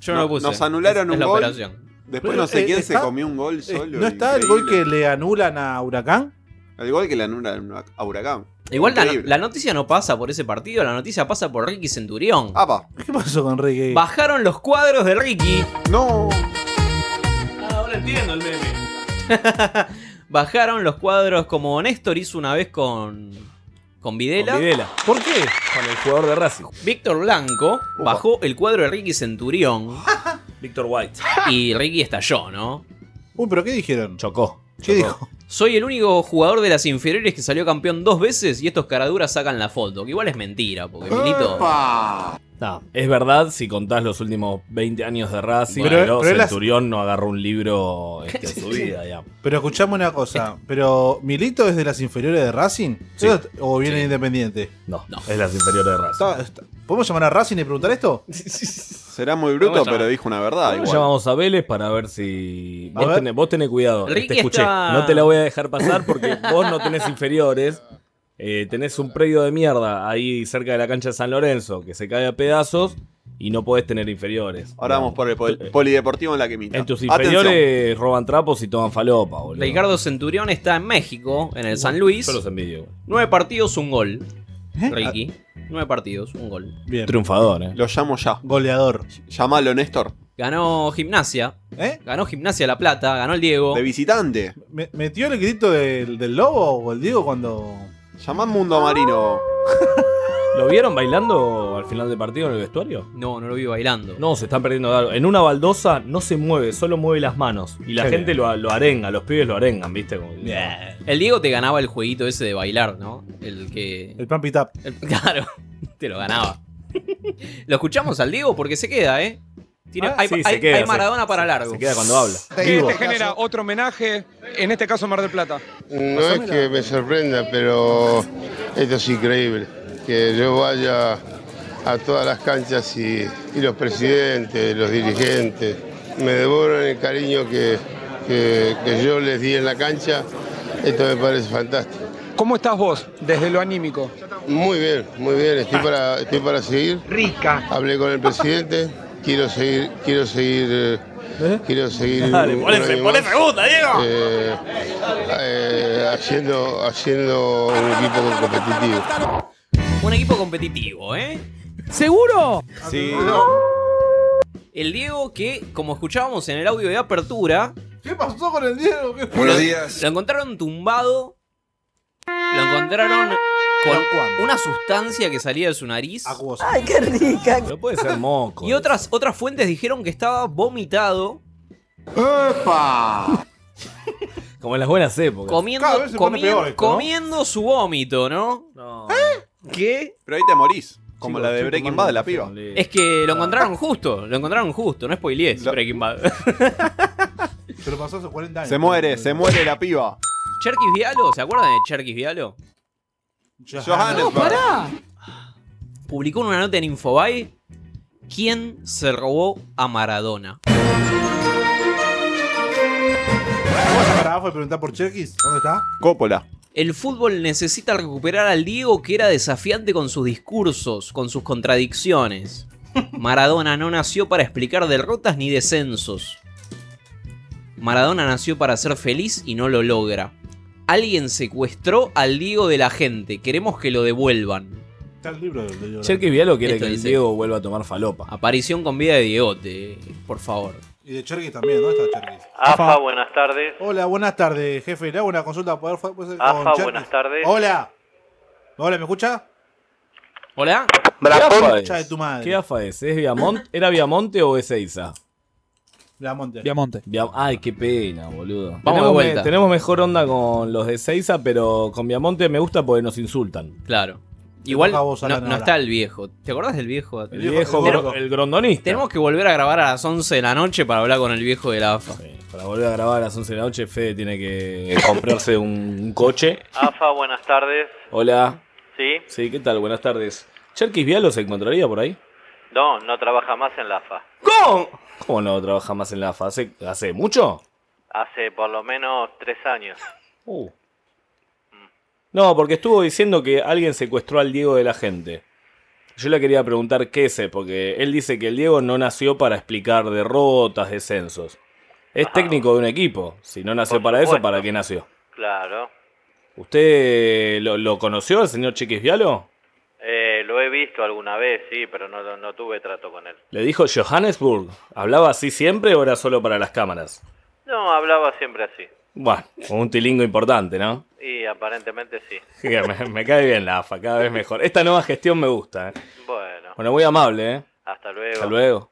Speaker 15: Yo no, lo puse.
Speaker 16: Nos anularon
Speaker 15: Es
Speaker 16: un
Speaker 15: la
Speaker 16: gol.
Speaker 15: operación.
Speaker 16: Después
Speaker 14: Pero,
Speaker 16: no sé
Speaker 14: eh,
Speaker 16: quién se
Speaker 14: está-
Speaker 16: comió un gol
Speaker 14: Eh,
Speaker 16: solo.
Speaker 14: ¿No está el gol que le anulan a Huracán?
Speaker 16: El gol que le anulan a Huracán.
Speaker 15: Igual la,
Speaker 16: Increíble.
Speaker 15: la noticia no pasa por ese partido, la noticia pasa por Ricky Centurión.
Speaker 14: ¿Qué pasó con Ricky?
Speaker 15: Bajaron los cuadros de Ricky.
Speaker 16: No.
Speaker 3: ahora entiendo el meme.
Speaker 15: Bajaron los cuadros como Néstor hizo una vez con. Con Videla.
Speaker 3: Con Videla.
Speaker 15: ¿Por qué?
Speaker 3: Con el jugador de Racing.
Speaker 15: Víctor Blanco bajó el cuadro de Ricky Centurión.
Speaker 3: Víctor White.
Speaker 15: Y Ricky estalló, ¿no?
Speaker 14: Uy, pero ¿qué dijeron?
Speaker 3: Chocó.
Speaker 14: ¿Qué dijo?
Speaker 15: Soy el único jugador de las inferiores que salió campeón dos veces y estos caraduras sacan la foto. Que igual es mentira, porque Milito.
Speaker 3: No, es verdad si contás los últimos 20 años de Racing,
Speaker 14: Pero-
Speaker 3: pero,
Speaker 14: pero él hace-
Speaker 3: Centurión no agarró un libro este, en su vida, digamos.
Speaker 14: Pero escuchame una cosa, pero ¿Milito es de las inferiores de Racing? ¿O viene independiente?
Speaker 3: No, es las inferiores de Racing.
Speaker 14: Está- está- ¿Podemos llamar a Racing y preguntar esto?
Speaker 16: Será muy bruto,
Speaker 3: Vamos a-
Speaker 16: pero dijo una verdad.
Speaker 3: Ahora
Speaker 16: igual.
Speaker 3: llamamos a Vélez para ver si.
Speaker 16: A
Speaker 3: Vos,
Speaker 16: ver.
Speaker 3: Tenés, vos tenés cuidado,
Speaker 16: Ricky
Speaker 3: te escuché.
Speaker 16: está-
Speaker 3: No te la voy a dejar pasar porque vos no tenés inferiores. Eh, tenés un predio de mierda ahí cerca de la cancha de San Lorenzo que se cae a pedazos y no podés tener inferiores.
Speaker 16: Ahora vamos por el pol- polideportivo en la que
Speaker 3: En tus inferiores roban trapos y toman falopa, boludo.
Speaker 15: Ricardo Centurión está en México, en el San Luis.
Speaker 3: Yo los envidio.
Speaker 15: Nueve partidos, un gol.
Speaker 13: ¿Eh?
Speaker 15: Ricky. Nueve partidos, un gol.
Speaker 14: Bien.
Speaker 3: Triunfador, eh.
Speaker 16: Lo llamo ya.
Speaker 14: Goleador.
Speaker 16: Llámalo, Néstor.
Speaker 15: Ganó Gimnasia.
Speaker 14: ¿Eh?
Speaker 15: Ganó Gimnasia La Plata, ganó el Diego. De
Speaker 16: visitante.
Speaker 14: ¿Me- ¿Metió el grito del, del lobo o el Diego cuando...
Speaker 16: Llamá Mundo Marino.
Speaker 3: ¿Lo vieron bailando al final del partido en el vestuario?
Speaker 15: No, no lo vi bailando.
Speaker 3: No, se están perdiendo de algo. En una baldosa no se mueve, solo mueve las manos. Y la
Speaker 15: Qué
Speaker 3: gente lo, lo arenga, los pibes lo arengan, ¿viste? Como-
Speaker 15: El Diego te ganaba el jueguito ese de bailar, ¿no? El que.
Speaker 14: El Pampi Tap.
Speaker 15: claro, te lo ganaba. lo escuchamos al Diego porque se queda, ¿eh? Tiene-
Speaker 13: Ah,
Speaker 15: hay,
Speaker 13: sí,
Speaker 15: hay-
Speaker 13: se queda,
Speaker 15: hay
Speaker 13: se-
Speaker 15: Maradona para largo.
Speaker 13: se
Speaker 3: queda cuando habla.
Speaker 13: Te, te genera otro homenaje, en este caso Mar del Plata.
Speaker 20: No es que me sorprenda, pero esto es increíble. Que yo vaya a todas las canchas y, y los presidentes, los dirigentes, me devoran el cariño que, que- que yo les di en la cancha. Esto me parece fantástico.
Speaker 13: ¿Cómo estás vos desde lo anímico?
Speaker 20: Muy bien, muy bien. Estoy para, estoy para seguir. Rica. Hablé con el presidente. Quiero seguir, quiero seguir, eh, quiero seguir.
Speaker 13: Dale,
Speaker 20: un- un
Speaker 13: ponle-
Speaker 20: año
Speaker 13: ponle
Speaker 20: más.
Speaker 13: segunda, Diego.
Speaker 20: Eh, eh, haciendo, haciendo un equipo competitivo.
Speaker 15: Un equipo competitivo, ¿eh?
Speaker 17: ¿Seguro?
Speaker 16: Sí.
Speaker 15: El Diego que, como escuchábamos en el audio de apertura,
Speaker 14: ¿Qué pasó con el Diego? ¿Qué fue?
Speaker 15: lo- Lo encontraron tumbado. Lo encontraron con una sustancia que salía de su nariz.
Speaker 3: Ay,
Speaker 15: qué rica.
Speaker 3: No puede ser moco.
Speaker 15: Y otras, otras fuentes dijeron que estaba vomitado.
Speaker 3: ¡Epa! Como en las buenas épocas.
Speaker 15: Comiendo,
Speaker 3: Cada vez se pone
Speaker 15: comien-
Speaker 3: peor esto, ¿no?
Speaker 15: comiendo su vómito, ¿no? ¿Qué?
Speaker 16: Pero ahí te morís. Como la de Breaking Bad, la piba. Ah.
Speaker 15: Es que lo encontraron justo, lo encontraron justo, no spoilees Breaking Bad.
Speaker 14: Se lo pasó hace 40 años.
Speaker 16: Se muere, se muere la piba.
Speaker 15: Cherkis Vialo, ¿se acuerdan de Cherkis Vialo?
Speaker 16: Johannesburg. No, pará.
Speaker 15: Publicó una nota en Infobay. ¿Quién se robó a Maradona?
Speaker 14: Pará, fue a preguntar por Cherkis. ¿Dónde está?
Speaker 16: Coppola.
Speaker 15: El fútbol necesita recuperar al Diego que era desafiante con sus discursos, con sus contradicciones. Maradona no nació para explicar derrotas ni descensos. Maradona nació para ser feliz y no lo logra. Alguien secuestró al Diego de la gente. Queremos que lo devuelvan.
Speaker 14: Está el libro del Diego.
Speaker 3: Cherkis Vialo quiere
Speaker 15: Esto
Speaker 3: que el
Speaker 15: dice.
Speaker 3: Diego vuelva a tomar falopa.
Speaker 15: Aparición con vida de Diegote, eh, por favor.
Speaker 14: Y de Cherkis también, ¿dónde está Cherkis?
Speaker 21: AFA, buenas tardes.
Speaker 14: Hola, buenas tardes, jefe. Le hago una consulta para poder puede ser con
Speaker 21: AFA,
Speaker 14: Cherkis?
Speaker 21: buenas tardes.
Speaker 14: Hola. Hola, ¿me escucha?
Speaker 15: ¿Hola?
Speaker 3: ¿Qué AFA,
Speaker 14: concha de tu madre.
Speaker 3: ¿Qué AFA es? ¿Es Viamont- ¿Era Viamonte o es Eiza?
Speaker 14: La Monte.
Speaker 3: Viamonte. Ay, qué pena, boludo.
Speaker 15: de
Speaker 3: tenemos,
Speaker 15: vuelta.
Speaker 3: tenemos mejor onda con los de Seiza, pero con Viamonte me gusta porque nos insultan.
Speaker 15: Claro. Igual
Speaker 3: toca a
Speaker 15: no,
Speaker 3: vos, Alan,
Speaker 15: no
Speaker 3: ahora.
Speaker 15: está el viejo. ¿Te acordás del viejo?
Speaker 3: El viejo viejo gordo.
Speaker 15: Tenemos-
Speaker 3: el grondonista.
Speaker 15: Tenemos que volver a grabar a las 11 de la noche para hablar con el viejo de la AFA.
Speaker 3: Para volver a grabar a las 11 de la noche, Fede tiene que Eh, comprarse un, un coche.
Speaker 21: AFA, buenas tardes.
Speaker 3: Hola.
Speaker 21: ¿Sí?
Speaker 3: Sí, ¿qué tal? Buenas tardes. ¿Cherkis Vialo se encontraría por ahí?
Speaker 21: No, no trabaja más en la AFA.
Speaker 3: ¿Cómo? ¿Cómo no trabaja más en la AFA? ¿Hace, hace mucho?
Speaker 21: Hace por lo menos tres años.
Speaker 3: Uh. No, porque estuvo diciendo que alguien secuestró al Diego de la gente. Yo le quería preguntar qué es, eh, porque él dice que el Diego no nació para explicar derrotas, descensos. Es técnico de un equipo. Si no nació para eso, ¿para qué nació?
Speaker 21: Claro.
Speaker 3: ¿Usted lo, lo conoció, el señor Chiquis Vialo?
Speaker 21: Eh, lo he visto alguna vez, sí, pero no, no tuve trato con él.
Speaker 3: ¿Le dijo Johannesburg? ¿Hablaba así siempre o era solo para las cámaras?
Speaker 21: No, hablaba siempre así.
Speaker 3: Bueno, un tilingo importante, ¿no?
Speaker 21: Y aparentemente sí.
Speaker 3: Sí, Me, me cae bien la AFA, cada vez mejor. Esta nueva gestión me gusta, ¿eh?
Speaker 21: Bueno,
Speaker 3: Bueno, muy amable, ¿eh?
Speaker 21: hasta luego.
Speaker 3: Hasta luego.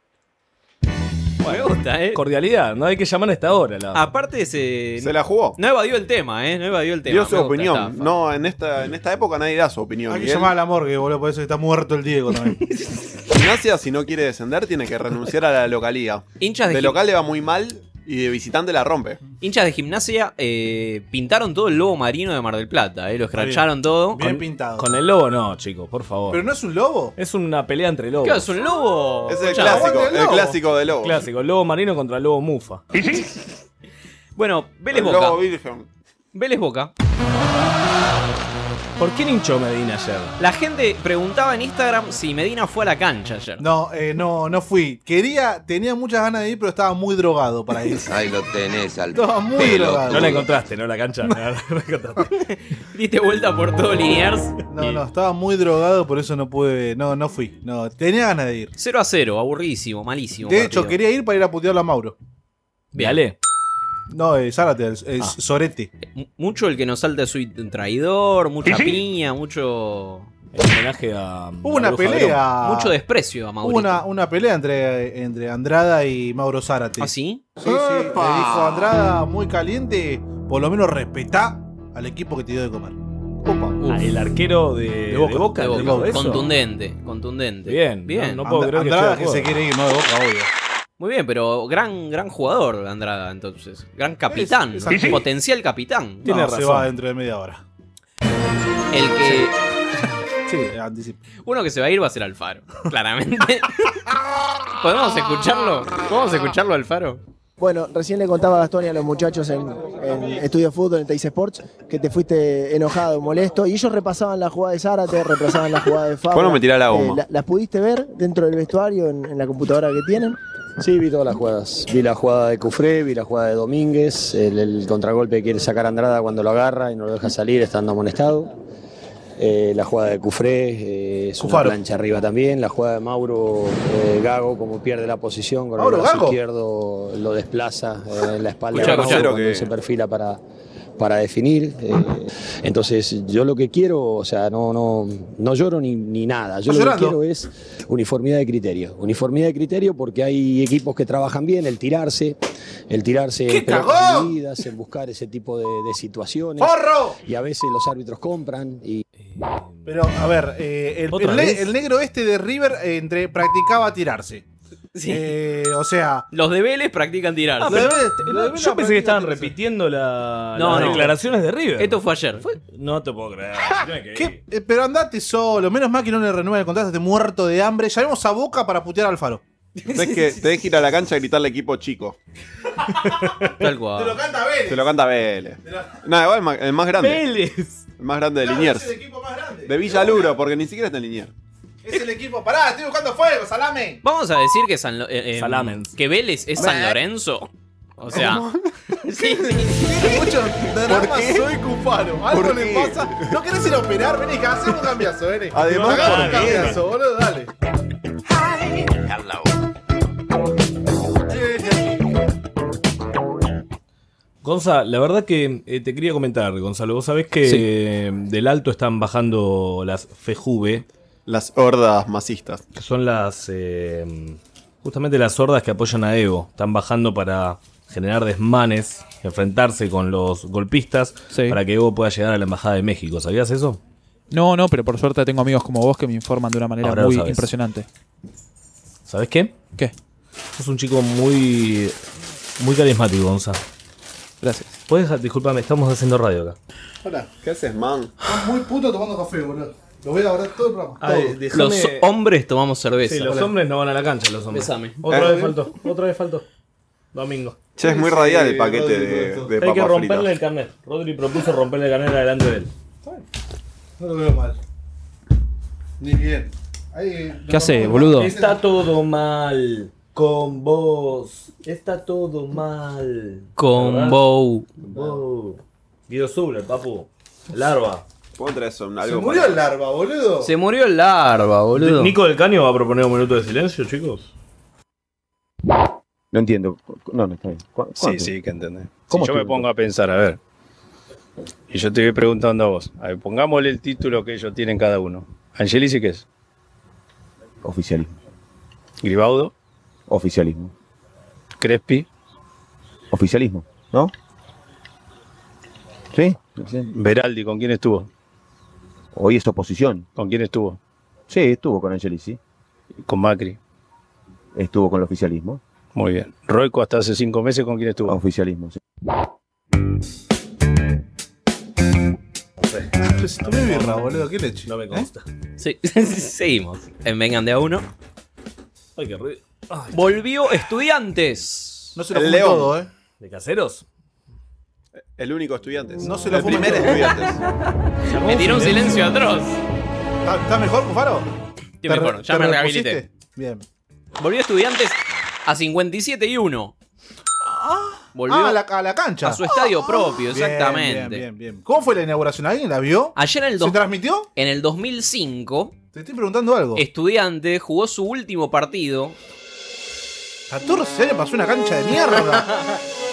Speaker 3: me gusta, ¿eh? Cordialidad, no hay que llamar a esta hora. La...
Speaker 15: Aparte se...
Speaker 16: Se la jugó.
Speaker 15: No evadió el tema, ¿eh? No evadió el tema.
Speaker 16: Dio su
Speaker 15: Me gusta esta
Speaker 16: opinión.
Speaker 15: AFA.
Speaker 16: No, en esta, en esta época nadie da su opinión.
Speaker 14: Hay que
Speaker 16: Miguel.
Speaker 14: llamar a la morgue, boludo, por eso está muerto el Diego también.
Speaker 16: Gimnasia, si no quiere descender, tiene que renunciar a la localía.
Speaker 15: Hinchas de
Speaker 16: de
Speaker 15: Gim-
Speaker 16: local le va muy mal y de visitante la rompe.
Speaker 15: Hinchas de gimnasia eh, pintaron todo el lobo marino de Mar del Plata, ¿eh? Lo escracharon todo.
Speaker 14: Bien
Speaker 15: Con-
Speaker 14: pintado.
Speaker 3: Con el lobo no, chicos, por favor.
Speaker 14: Pero no es un lobo.
Speaker 3: Es una pelea entre lobos.
Speaker 15: Claro, es un lobo.
Speaker 16: Es el
Speaker 15: Escuchá.
Speaker 16: clásico, el, clásico de lobo.
Speaker 3: Clásico, lobo marino contra lobo mufa.
Speaker 15: Bueno, Vélez
Speaker 16: El
Speaker 15: Boca.
Speaker 16: lobo virgen.
Speaker 15: Vélez Boca.
Speaker 3: ¿Por qué hinchó Medina ayer?
Speaker 15: La gente preguntaba en Instagram si Medina fue a la cancha ayer.
Speaker 14: No, eh, no, no fui. Quería, tenía muchas ganas de ir, pero estaba muy drogado para ir.
Speaker 22: Ahí lo tenés al
Speaker 14: Estaba muy drogado.
Speaker 3: No la encontraste, ¿no? La cancha. No, la encontraste.
Speaker 15: Diste vuelta por todo Liniers.
Speaker 14: No, no, estaba muy drogado, por eso no pude, no, no fui. No, tenía ganas de ir.
Speaker 15: 0 a 0, aburrísimo, malísimo.
Speaker 14: De hecho,
Speaker 15: partido.
Speaker 14: quería ir para ir a putearlo a Mauro.
Speaker 3: Viale.
Speaker 14: No, eh, Zárate, el-
Speaker 15: Ah.
Speaker 14: el Sorete.
Speaker 15: M- Mucho el que nos salta es un traidor, mucha piña, mucho.
Speaker 3: El homenaje a.
Speaker 14: Hubo una pelea.
Speaker 15: Mucho desprecio a Maurito.
Speaker 14: Hubo una, una pelea entre, entre Andrada y Mauro Zárate.
Speaker 15: ¿Ah, sí?
Speaker 14: Sí, sí. Le dijo a Andrada muy caliente, por lo menos respetá al equipo que te dio de comer.
Speaker 15: Uf.
Speaker 3: Ah, el arquero de, de Boca.
Speaker 15: de Boca.
Speaker 3: dijo eso.
Speaker 15: Contundente, contundente.
Speaker 3: Bien,
Speaker 15: bien.
Speaker 3: no- no puedo
Speaker 14: Andra-
Speaker 3: creer que
Speaker 14: Andrada
Speaker 3: esté de
Speaker 14: que,
Speaker 3: acuerdo.
Speaker 14: se quiere ir, no de Boca, obvio.
Speaker 15: Muy bien, pero gran, gran jugador Andrada, entonces. Gran capitán,
Speaker 14: Es- es
Speaker 15: ¿no?
Speaker 14: así.
Speaker 15: potencial capitán.
Speaker 3: Tiene
Speaker 14: No, Se
Speaker 3: razón.
Speaker 14: va dentro de media hora.
Speaker 15: El que.
Speaker 14: Sí, anticipo.
Speaker 15: Uno que se va a ir va a ser Alfaro, claramente. ¿Podemos escucharlo? ¿Podemos escucharlo, Alfaro?
Speaker 23: Bueno, recién le contaba a Gastón y a los muchachos en, en Estudio Fútbol, en Teis Sports, que te fuiste enojado, molesto, y ellos repasaban la jugada de Zárate, repasaban la jugada de Fabra.
Speaker 16: Vos no me tirás la goma.
Speaker 23: ¿Las pudiste ver dentro del vestuario, en, en la computadora que tienen?
Speaker 11: Sí, vi todas las jugadas. Vi la jugada de Cufré, vi la jugada de Domínguez, el, el contragolpe que quiere sacar Andrada cuando lo agarra y no lo deja salir estando amonestado. Eh, la jugada de Cufré eh, es
Speaker 14: Cufaro.
Speaker 11: una plancha arriba también. La jugada de Mauro eh, Gago, como pierde la posición con
Speaker 14: Mauro
Speaker 11: el brazo
Speaker 14: Gago.
Speaker 11: izquierdo, lo desplaza eh, en la espalda
Speaker 16: Escuchá,
Speaker 11: de Mauro
Speaker 16: escuchá lo
Speaker 11: cuando
Speaker 16: que-
Speaker 11: se perfila para, para definir. Eh, entonces, yo lo que quiero, o sea, no, no, no lloro ni, ni nada. Yo
Speaker 14: ¿Estás
Speaker 11: lo
Speaker 14: llorando?
Speaker 11: que quiero es uniformidad de criterio. Uniformidad de criterio porque hay equipos que trabajan bien, el tirarse, el tirarse
Speaker 6: Eh,
Speaker 14: ¡Qué
Speaker 11: en pelotas
Speaker 14: cagón!
Speaker 11: divididas, en buscar ese tipo de, de situaciones.
Speaker 14: ¡Forro!
Speaker 11: Y a veces los árbitros compran y.
Speaker 14: Pero, a ver, eh, el,
Speaker 11: ¿Otra
Speaker 14: el ne-
Speaker 11: vez?
Speaker 14: el negro este de River eh, entre, practicaba tirarse.
Speaker 15: Sí.
Speaker 14: Eh, o sea,
Speaker 15: Los de Vélez practican tirar.
Speaker 3: Ah, pero
Speaker 14: Lo- lo-
Speaker 3: no-
Speaker 14: lo-
Speaker 3: yo pensé que estaban
Speaker 14: lo-
Speaker 3: repitiendo la-
Speaker 15: No,
Speaker 3: las
Speaker 15: no.
Speaker 3: declaraciones de River.
Speaker 15: Esto fue ayer.
Speaker 3: No te puedo creer. Tiene que ir.
Speaker 14: ¿qué? Eh, pero andate solo. Menos mal que no le renuevan el contrato, esté muerto de hambre. Llamemos a Boca para putear al faro.
Speaker 16: Tenés que, tenés que ir a la cancha a gritarle equipo chico.
Speaker 15: Tal
Speaker 14: Te lo
Speaker 15: cual.
Speaker 14: canta Vélez.
Speaker 16: Se lo canta Vélez. No, igual el ma- el más grande.
Speaker 3: Vélez.
Speaker 16: El más grande de
Speaker 14: Claro,
Speaker 16: Liniers.
Speaker 14: es el equipo más grande.
Speaker 16: De Villaluro, porque ni siquiera está en Liniers.
Speaker 14: Es el equipo. Pará, estoy buscando fuego, salame.
Speaker 15: Vamos a decir que San Lo- eh, eh,
Speaker 3: Salamens.
Speaker 15: que Vélez es San Lorenzo. O sea, sí, sí.
Speaker 14: Mucho drama
Speaker 16: qué?
Speaker 14: soy cufaro. Algo
Speaker 16: ¿Por
Speaker 14: le
Speaker 16: qué?
Speaker 14: pasa. No querés ir a operar, vení acá, hacemos un cambiazo, vení.
Speaker 16: Además,
Speaker 14: Hagamos un
Speaker 16: ¿por qué?
Speaker 14: cambiazo, boludo, dale.
Speaker 3: Gonza, la verdad que eh, te quería comentar, Gonzalo. Vos sabés que
Speaker 16: Sí.
Speaker 3: eh, del alto están bajando las FEJUVE,
Speaker 16: Las hordas masistas.
Speaker 3: que son las. eh, justamente las hordas que apoyan a Evo. Están bajando para generar desmanes, enfrentarse con los golpistas,
Speaker 2: Sí.
Speaker 3: para que Evo pueda llegar a la Embajada de México. ¿Sabías eso?
Speaker 2: No, no, pero por suerte tengo amigos como vos que me informan de una manera
Speaker 3: Ahora lo
Speaker 2: muy
Speaker 3: sabes.
Speaker 2: impresionante.
Speaker 3: ¿Sabés qué?
Speaker 2: ¿Qué?
Speaker 3: Sos un chico muy. muy carismático, Gonza.
Speaker 2: Gracias.
Speaker 3: ¿Puedes dejar- Disculpame, estamos haciendo radio acá.
Speaker 16: Hola. ¿Qué haces, man?
Speaker 14: Estás muy puto tomando café, boludo. Lo voy a guardar todo el programa.
Speaker 15: los hombres tomamos cerveza.
Speaker 3: Sí, los hombres no van a la cancha, los hombres.
Speaker 15: Besame.
Speaker 3: Otra
Speaker 16: Eh.
Speaker 3: vez faltó, otra vez faltó. Domingo.
Speaker 16: Che, es muy radial el paquete de, de
Speaker 3: Hay que
Speaker 16: papas
Speaker 3: romperle
Speaker 16: fritas.
Speaker 3: el carnet. Rodri propuso romperle el carnet adelante de él.
Speaker 14: No lo veo mal. Ni bien. Ahí-
Speaker 2: ¿Qué hace, boludo?
Speaker 3: Está todo mal con vos. Está todo mal.
Speaker 15: Con
Speaker 3: ¿Verdad?
Speaker 15: Bow.
Speaker 3: Bow. Uh, Guido Zuller, papu. Larva.
Speaker 16: Contra eso, algo
Speaker 14: Se murió el larva, boludo.
Speaker 15: Se murió el larva, boludo.
Speaker 3: ¿Nico del Caño va a proponer un minuto de silencio, chicos?
Speaker 12: No entiendo. No, no está bien. ¿Cu-
Speaker 24: Sí,
Speaker 12: cuánto?
Speaker 24: sí, que entendés. Si
Speaker 12: ¿Cómo
Speaker 24: yo me
Speaker 12: estuvo?
Speaker 24: pongo a pensar, a ver, y yo te voy preguntando a vos, a ver, pongámosle el título que ellos tienen cada uno. Angelici, ¿qué es?
Speaker 12: Oficialismo.
Speaker 24: Gribaudo,
Speaker 12: Oficialismo.
Speaker 24: Crespi,
Speaker 12: Oficialismo, ¿no? ¿Sí?
Speaker 24: Veraldi, ¿con quién estuvo?
Speaker 12: Hoy es oposición.
Speaker 24: ¿Con quién estuvo?
Speaker 12: Sí, estuvo con Angelici.
Speaker 24: Con Macri.
Speaker 12: Estuvo con el oficialismo.
Speaker 24: Muy bien. Roico hasta hace cinco meses, ¿con quién estuvo?
Speaker 12: Oficialismo, sí.
Speaker 14: Se tomé birra, boludo. ¿Qué leche? ¿Eh? No me consta.
Speaker 15: Sí, seguimos. En Vengan de a uno.
Speaker 3: Ay, qué ruido.
Speaker 15: Volvió Estudiantes.
Speaker 14: No
Speaker 16: se lo El fumen León. todo,
Speaker 14: ¿eh?
Speaker 3: ¿De caseros?
Speaker 16: El único estudiante.
Speaker 14: No se
Speaker 16: el
Speaker 14: lo fumen
Speaker 16: primer
Speaker 14: todo.
Speaker 16: estudiante.
Speaker 15: Me tiró un silencio atroz.
Speaker 14: ¿Está, está mejor, Cufaro?
Speaker 15: Estoy mejor, ya me
Speaker 14: repusiste?
Speaker 15: rehabilité.
Speaker 14: Bien.
Speaker 15: Volvió Estudiantes a 57 y 1. Volvió
Speaker 14: Ah, a la, a la cancha. Ah.
Speaker 15: a su estadio
Speaker 14: Bien,
Speaker 15: propio, exactamente.
Speaker 14: Bien, bien, bien. ¿Cómo fue la inauguración? ¿Alguien la vio?
Speaker 15: Ayer en el
Speaker 14: ¿Se
Speaker 15: dos-
Speaker 14: transmitió?
Speaker 15: En el 2005,
Speaker 14: Te estoy preguntando algo.
Speaker 15: Estudiante jugó su último partido.
Speaker 14: 14 años pasó una cancha de mierda.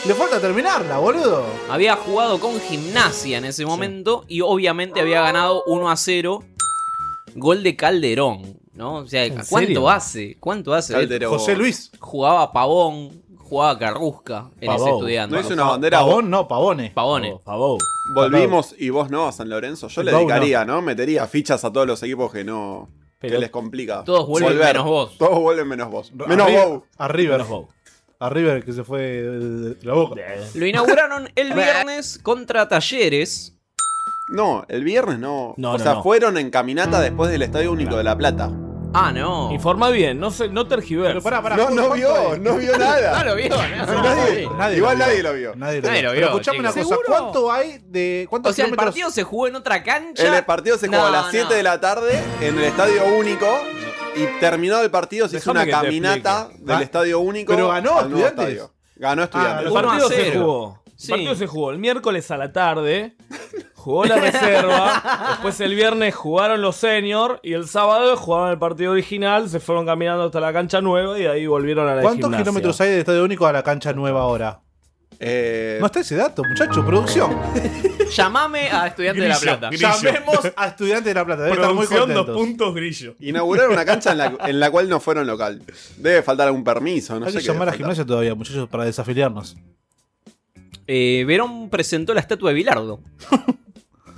Speaker 14: Le falta terminarla, boludo.
Speaker 15: Había jugado con Gimnasia en ese momento y obviamente había ganado 1 a 0. Gol de Calderón, ¿no? O sea, ¿cuánto
Speaker 17: serio?
Speaker 15: hace? ¿Cuánto hace?
Speaker 16: Calderón. José
Speaker 14: Luis.
Speaker 15: Jugaba Pavón, jugaba Carrusca en ese
Speaker 16: Pavón.
Speaker 15: estudiante.
Speaker 16: ¿No hizo una bandera? Pavón
Speaker 14: no, Pavone.
Speaker 15: Pavone.
Speaker 16: Volvimos y vos no a San Lorenzo. Yo le
Speaker 15: Vos
Speaker 16: dedicaría, ¿no? Metería fichas a todos los equipos que no.
Speaker 15: Pero
Speaker 16: que les complica.
Speaker 15: todos vuelven menos vos.
Speaker 16: Todos vuelven menos vos.
Speaker 14: A
Speaker 16: Menos
Speaker 14: River-
Speaker 16: vos.
Speaker 14: A River.
Speaker 16: Menos Bow.
Speaker 14: A River que se fue de, de- de la boca.
Speaker 15: Lo inauguraron el viernes contra Talleres.
Speaker 16: No, el viernes no.
Speaker 15: No,
Speaker 16: o
Speaker 15: no,
Speaker 16: sea,
Speaker 15: no.
Speaker 16: fueron en caminata después del Estadio Único de La Plata.
Speaker 15: Ah, no.
Speaker 3: Informa bien, no, se, no tergiversa.
Speaker 14: Pero pará, pará.
Speaker 16: No, no
Speaker 14: ¿cuánto
Speaker 16: vio,
Speaker 14: es?
Speaker 16: no vio nada.
Speaker 15: No lo vio, no.
Speaker 16: Nadie- Igual nadie lo vio.
Speaker 14: Nadie
Speaker 15: Nadie lo
Speaker 14: Pero
Speaker 15: vio,
Speaker 14: escuchame una cosa.
Speaker 15: chicos. ¿Seguro?
Speaker 14: ¿Cuánto hay de. ¿Cuántos
Speaker 15: O sea, el
Speaker 14: kilómetros?
Speaker 15: partido se jugó en otra cancha.
Speaker 16: El partido se jugó
Speaker 15: No,
Speaker 16: a las
Speaker 15: no.
Speaker 16: 7 de la tarde en el Estadio Único. Y terminado el partido se hizo
Speaker 3: Déjame
Speaker 16: una
Speaker 3: que te
Speaker 16: caminata
Speaker 3: explique.
Speaker 16: del
Speaker 3: Ah,
Speaker 16: Estadio Único.
Speaker 14: pero ganó
Speaker 16: al nuevo
Speaker 14: Estudiantes.
Speaker 16: estadio. Ganó Estudiantes.
Speaker 3: el partido se jugó. El partido se jugó el miércoles a la tarde. Jugó la reserva. después el viernes jugaron los senior. Y el sábado jugaron el partido original. Se fueron caminando hasta la cancha nueva. Y ahí volvieron a la de
Speaker 14: ¿Cuántos
Speaker 3: gimnasia.
Speaker 14: kilómetros hay del Estadio Único a la cancha nueva ahora?
Speaker 16: eh,
Speaker 14: No está ese dato, muchacho, producción.
Speaker 15: Llamame a Estudiante de la Plata.
Speaker 14: Llamemos a Estudiantes de La Plata, debe estar muy contentos.
Speaker 3: puntos grillo.
Speaker 16: Inauguraron una cancha en la, en la cual no fueron local. Debe faltar algún permiso, no
Speaker 14: Hay
Speaker 16: sé
Speaker 14: que
Speaker 16: qué
Speaker 14: llamar a
Speaker 16: debe faltar.
Speaker 14: gimnasia todavía, muchachos, para desafiliarnos.
Speaker 15: Eh, Verón presentó la estatua de Bilardo.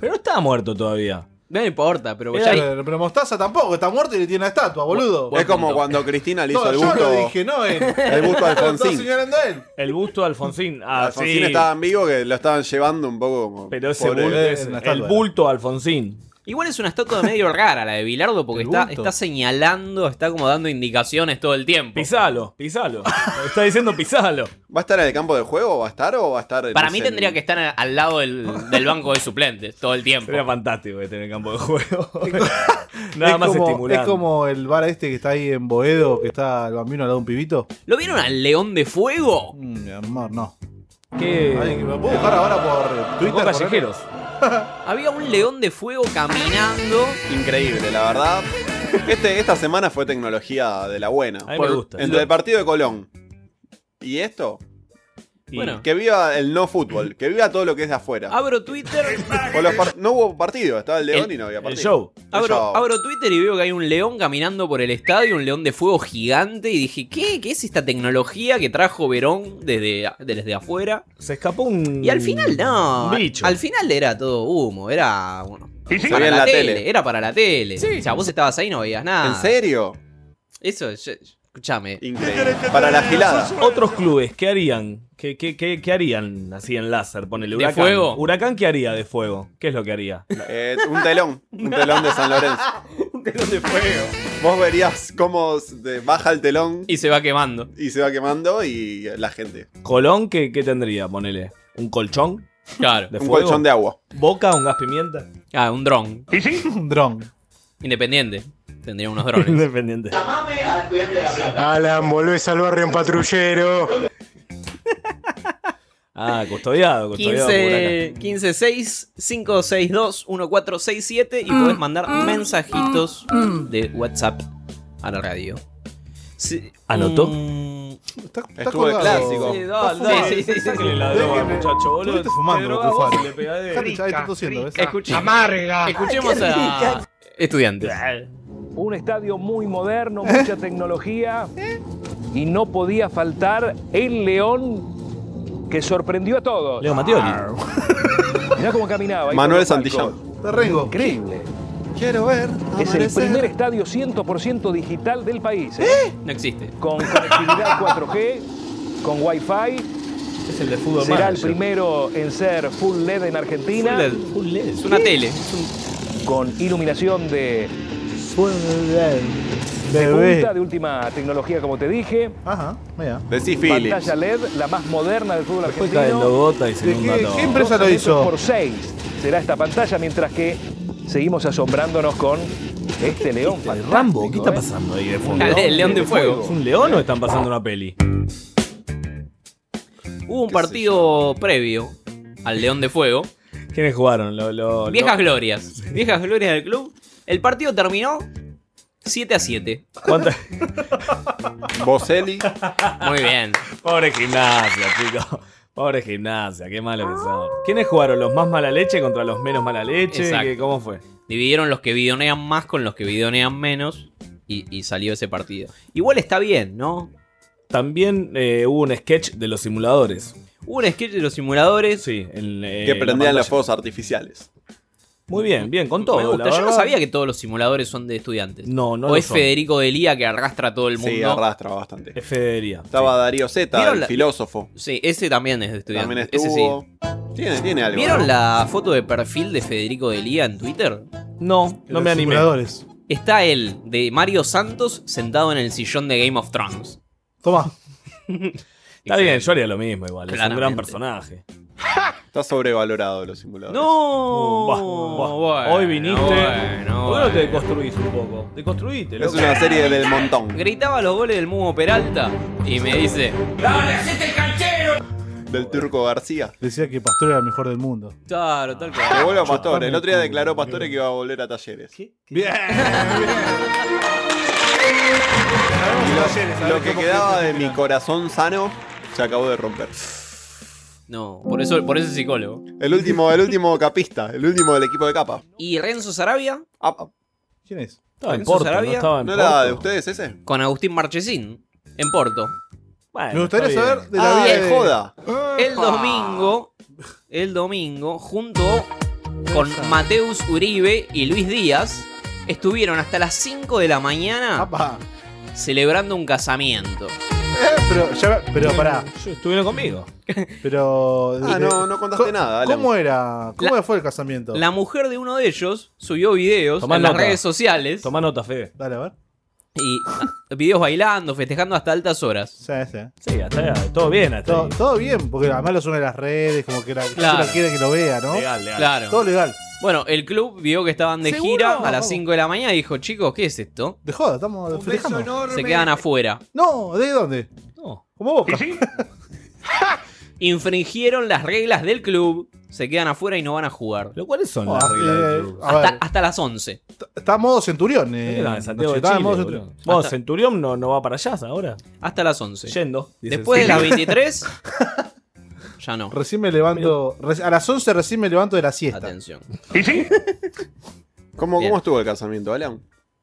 Speaker 3: Pero no estaba muerto todavía.
Speaker 15: No me importa, pero ya
Speaker 14: Pero, Eh, pero Mostaza tampoco, está muerto y le tiene la estatua, boludo.
Speaker 16: Es como cuando Cristina le hizo
Speaker 14: No,
Speaker 16: el
Speaker 14: yo
Speaker 16: busto.
Speaker 14: lo dije, no él.
Speaker 16: El busto a Alfonsín.
Speaker 14: No, señalando a él.
Speaker 3: El busto de Alfonsín. Ah,
Speaker 16: Alfonsín
Speaker 3: sí.
Speaker 16: estaba en vivo que lo estaban llevando un poco como.
Speaker 3: Pero ese
Speaker 16: pobre.
Speaker 3: bulto, ese- el bulto de Alfonsín.
Speaker 15: Igual es una estatua medio rara la de Bilardo porque
Speaker 3: El
Speaker 15: está,
Speaker 3: bulto.
Speaker 15: está señalando, está como dando indicaciones todo el tiempo.
Speaker 3: Pisalo, pisalo. está diciendo pisalo.
Speaker 16: ¿Va a estar en el campo de juego? ¿Va a estar o va a estar en
Speaker 15: Para
Speaker 16: no
Speaker 15: mí
Speaker 16: sé,
Speaker 15: tendría
Speaker 16: en-
Speaker 15: que estar al lado del, del banco de suplentes todo el tiempo.
Speaker 3: Sería fantástico que tener campo de juego. Nada
Speaker 14: es
Speaker 3: más
Speaker 14: como,
Speaker 3: estimulante.
Speaker 14: Es como el bar este que está ahí en Boedo, que está el bambino al lado de un pibito.
Speaker 15: ¿Lo vieron al León de Fuego?
Speaker 14: Mm, mi amor, no.
Speaker 3: ¿Qué?
Speaker 14: Ay, que me puedo buscar ahora por Twitter.
Speaker 3: callejeros.
Speaker 15: Había un León de Fuego caminando.
Speaker 16: Increíble, la verdad. Este, esta semana fue tecnología de la buena.
Speaker 3: mí me gusta.
Speaker 16: Entre el partido de Colón y esto.
Speaker 15: Y- Bueno.
Speaker 16: Que viva el no fútbol, que viva todo lo que es de afuera.
Speaker 15: Abro Twitter.
Speaker 16: O los par- no hubo partido, estaba el León
Speaker 15: El-
Speaker 16: y no había partido.
Speaker 15: Abro,
Speaker 16: show.
Speaker 15: abro Twitter y veo que hay un león caminando por el estadio, un león de fuego gigante. Y dije, ¿qué? ¿Qué es esta tecnología que trajo Verón desde, desde afuera?
Speaker 3: Se escapó un.
Speaker 15: Y al final, no.
Speaker 3: un bicho.
Speaker 15: Al final era todo humo, era. bueno,
Speaker 16: sí.
Speaker 15: para
Speaker 16: Había en
Speaker 15: la
Speaker 16: la
Speaker 15: tele,
Speaker 16: tele.
Speaker 15: era para la tele. O sea, vos estabas ahí y no veías nada.
Speaker 16: ¿En serio?
Speaker 15: Eso, yo- escúchame.
Speaker 16: Increíble. Para la gilada.
Speaker 3: Otros clubes, ¿qué harían? ¿Qué, qué, qué, qué harían así en láser? Ponele
Speaker 15: ¿De
Speaker 3: huracán.
Speaker 15: fuego?
Speaker 3: ¿Huracán qué haría de fuego? ¿Qué es lo que haría?
Speaker 16: Eh, un telón, un telón de San Lorenzo.
Speaker 15: Un telón de fuego.
Speaker 16: Vos verías cómo se baja el telón
Speaker 15: Y se va quemando.
Speaker 16: y se va quemando y la gente.
Speaker 3: ¿Colón qué, qué tendría? Ponele. ¿Un colchón?
Speaker 15: Claro.
Speaker 16: Un colchón de
Speaker 3: Oh.
Speaker 16: agua.
Speaker 3: ¿Boca? ¿Un gas pimienta?
Speaker 15: Ah, un dron.
Speaker 14: ¿Y sí? Un dron.
Speaker 15: Independiente. Tendría unos drones.
Speaker 3: Independiente.
Speaker 5: Alan, volvés al barrio en patrullero.
Speaker 3: Ah, custodiado, custodiado. por
Speaker 15: 15 156 562 1467 y podés mandar mensajitos de WhatsApp a la radio. Sí,
Speaker 3: ¿Anotó?
Speaker 15: mm,
Speaker 16: Estuvo de
Speaker 15: colgado.
Speaker 16: clásico.
Speaker 15: Sí, dale, dale,
Speaker 16: Sí, sí, sí, sí.
Speaker 15: sáquenle
Speaker 3: la droga, muchacho, boludo.
Speaker 14: Estuviste fumando,
Speaker 3: Te drogas vos
Speaker 14: Cufaro.
Speaker 3: y le pegás de-
Speaker 14: Dejate, chaval, estás tosiendo, ¿ves?
Speaker 15: Escuché- Escuchemos a estudiantes.
Speaker 25: Un estadio muy moderno, mucha tecnología. Y no podía faltar el León que sorprendió a todos.
Speaker 3: Leo Mattioli.
Speaker 25: Mirá cómo caminaba. ahí
Speaker 16: Manuel
Speaker 25: por los
Speaker 16: Santillán.
Speaker 25: palcos.
Speaker 14: Terrengo.
Speaker 25: Increíble.
Speaker 14: Quiero ver.
Speaker 25: Es el
Speaker 14: amanecer.
Speaker 25: primer estadio 100% digital del país. ¿eh?
Speaker 15: No existe.
Speaker 25: Con conectividad 4G, con Wi-Fi.
Speaker 3: Es el de fútbol
Speaker 25: Será el
Speaker 3: manager.
Speaker 25: primero en ser full LED en Argentina.
Speaker 3: Full E LED.
Speaker 15: Es una
Speaker 25: ¿Qué?
Speaker 15: tele.
Speaker 25: Con iluminación de
Speaker 3: E
Speaker 25: de punta, de última tecnología, como te dije.
Speaker 14: Ajá, mira.
Speaker 16: Decí Philips.
Speaker 25: Pantalla LED, la más moderna del fútbol
Speaker 3: Después
Speaker 25: argentino.
Speaker 3: cae en Logota y se
Speaker 14: ¿De
Speaker 3: inunda
Speaker 14: qué-
Speaker 3: todo.
Speaker 14: qué empresa lo
Speaker 25: 12 metros
Speaker 14: hizo?
Speaker 25: por 6 será esta pantalla, mientras que seguimos asombrándonos con este león fantástico.
Speaker 3: Rambo, ¿qué está
Speaker 25: ¿eh?
Speaker 3: pasando ahí de fondo?
Speaker 15: Dale, el león de fuego.
Speaker 3: ¿Es un león o están pasando una peli?
Speaker 15: Hubo un partido previo al León de Fuego.
Speaker 3: ¿Quiénes jugaron? Lo- lo-
Speaker 15: Viejas
Speaker 3: lo-
Speaker 15: glorias. Viejas glorias del club. El partido terminó 7 a 7.
Speaker 3: ¿Cuántas?
Speaker 16: Boselli.
Speaker 15: Muy bien.
Speaker 3: Pobre gimnasia, chicos. Pobre gimnasia, qué malo que son. ¿Quiénes jugaron? ¿Los más mala leche contra los menos mala leche?
Speaker 15: Exacto.
Speaker 3: ¿Qué- ¿Cómo fue?
Speaker 15: Dividieron los que bidonean más con los que bidonean menos. Y, y salió ese partido. Igual está bien, ¿no?
Speaker 3: También eh, hubo un sketch de los simuladores.
Speaker 15: Hubo un sketch de los simuladores.
Speaker 3: Sí, en, eh,
Speaker 16: Que prendían
Speaker 3: la
Speaker 16: los
Speaker 3: pantalla.
Speaker 16: fuegos artificiales.
Speaker 3: Muy bien, bien, con todo.
Speaker 15: Me gusta.
Speaker 3: la
Speaker 15: Yo no
Speaker 3: verdad.
Speaker 15: sabía que todos los simuladores son de estudiantes.
Speaker 3: No, no
Speaker 15: o
Speaker 3: lo
Speaker 15: es
Speaker 3: son.
Speaker 15: Federico Delía que arrastra a todo el mundo.
Speaker 16: Sí, arrastra bastante.
Speaker 3: Es Federía.
Speaker 16: Estaba Darío Zeta,
Speaker 15: ¿Vieron
Speaker 16: el
Speaker 15: la-
Speaker 16: filósofo.
Speaker 15: Sí, ese también es de estudiantes.
Speaker 16: También
Speaker 15: Ese sí.
Speaker 16: estuvo. Tiene, tiene algo.
Speaker 15: ¿Vieron
Speaker 16: ¿no?
Speaker 15: la foto de perfil de Federico Delía en Twitter?
Speaker 3: No, no
Speaker 14: Los
Speaker 3: me animé.
Speaker 14: simuladores.
Speaker 15: Está él, de Mario Santos, sentado en el sillón de Game of Thrones.
Speaker 14: Toma.
Speaker 3: Está bien, yo haría lo mismo igual. Es un gran
Speaker 15: Claramente.
Speaker 3: personaje.
Speaker 16: Está sobrevalorado los simuladores.
Speaker 15: No,
Speaker 3: Buah, buah.
Speaker 15: bueno,
Speaker 3: Hoy viniste.
Speaker 15: bueno,
Speaker 3: ¿Por qué no te
Speaker 15: bueno.
Speaker 3: deconstruís un poco? Deconstruíte,
Speaker 16: Es
Speaker 3: loco.
Speaker 16: una serie del montón.
Speaker 15: Gritaba los goles del Mumo Peralta y me dice,
Speaker 16: Del Turco García.
Speaker 14: Decía que Pastor era el mejor del mundo.
Speaker 15: claro, tal
Speaker 16: Que
Speaker 15: cual.
Speaker 16: vuelva Pastor. El otro día declaró Pastore que iba a volver a talleres.
Speaker 14: Bien.
Speaker 16: Lo, lo que quedaba de mi corazón sano se acabó de romper.
Speaker 15: No, por eso, por eso es psicólogo.
Speaker 16: El último, el último capista, el último del equipo de capa.
Speaker 15: Y Renzo Sarabia
Speaker 16: Ah,
Speaker 14: ¿Quién es?
Speaker 3: Estaba en
Speaker 15: Renzo
Speaker 3: Porto,
Speaker 15: Sarabia.
Speaker 3: no estaba en
Speaker 16: ¿No era de
Speaker 3: Porto.
Speaker 16: ustedes ese?
Speaker 15: con Agustín Marchesín en Porto.
Speaker 3: Bueno,
Speaker 14: Me gustaría
Speaker 3: está bien.
Speaker 14: saber de Ah, la
Speaker 16: Ah,
Speaker 14: vida
Speaker 16: de joda.
Speaker 15: El domingo, el domingo, junto con Mateus Uribe y Luis Díaz, estuvieron hasta las 5 de la mañana
Speaker 14: Apa.
Speaker 15: celebrando un casamiento.
Speaker 14: Eh, pero, ya, pero pará.
Speaker 3: Yo- Estuvieron conmigo.
Speaker 14: Pero.
Speaker 16: Ah, no, no contaste
Speaker 14: Co-
Speaker 16: nada, Alan.
Speaker 14: ¿Cómo era? ¿Cómo
Speaker 15: La-
Speaker 14: fue el casamiento?
Speaker 15: La mujer de uno de ellos subió videos
Speaker 3: Tomá
Speaker 15: en las
Speaker 3: nota.
Speaker 15: redes sociales
Speaker 3: Tomá nota, Fede.
Speaker 14: Dale, a ver.
Speaker 15: y ah, videos bailando, festejando hasta altas horas.
Speaker 14: Sí, sí.
Speaker 3: Sí, hasta allá, todo bien hasta
Speaker 14: Todo,
Speaker 3: ahí.
Speaker 14: todo bien, porque además lo suena a las redes, como que la, yo
Speaker 15: Claro.
Speaker 14: la quiere que lo vea, ¿no?
Speaker 3: Legal, legal.
Speaker 15: Claro.
Speaker 14: Todo legal.
Speaker 15: Bueno, el club vio que estaban de
Speaker 14: ¿Seguro?
Speaker 15: gira a las 5 de la mañana y dijo, chicos, ¿qué es esto?
Speaker 14: De joda, estamos festejando.
Speaker 15: Se quedan afuera.
Speaker 14: No, ¿de dónde?
Speaker 3: No.
Speaker 14: Como boca.
Speaker 15: Infringieron las reglas del club, se quedan afuera y no van a jugar.
Speaker 3: ¿Pero cuáles son
Speaker 14: Ah,
Speaker 3: las reglas
Speaker 14: eh,
Speaker 3: del club?
Speaker 14: a ver,
Speaker 15: Hasta, hasta las 11.
Speaker 14: t- está modo centurión.
Speaker 3: ¿Qué
Speaker 14: Eh,
Speaker 3: era? En Santiago de
Speaker 14: está
Speaker 3: Chile,
Speaker 14: modo
Speaker 3: boludo.
Speaker 14: centurión.
Speaker 3: Vos,
Speaker 15: Hasta-
Speaker 3: Centurión no, no va para allá ahora.
Speaker 15: Hasta las 11.
Speaker 3: Yendo. dice
Speaker 15: Después de
Speaker 3: Centurión.
Speaker 15: las 23, ya no.
Speaker 14: Recién me levanto. reci- a las 11 recién me levanto de la siesta.
Speaker 15: Atención.
Speaker 16: ¿Cómo,
Speaker 15: Bien.
Speaker 16: ¿Cómo estuvo el casamiento, Alan?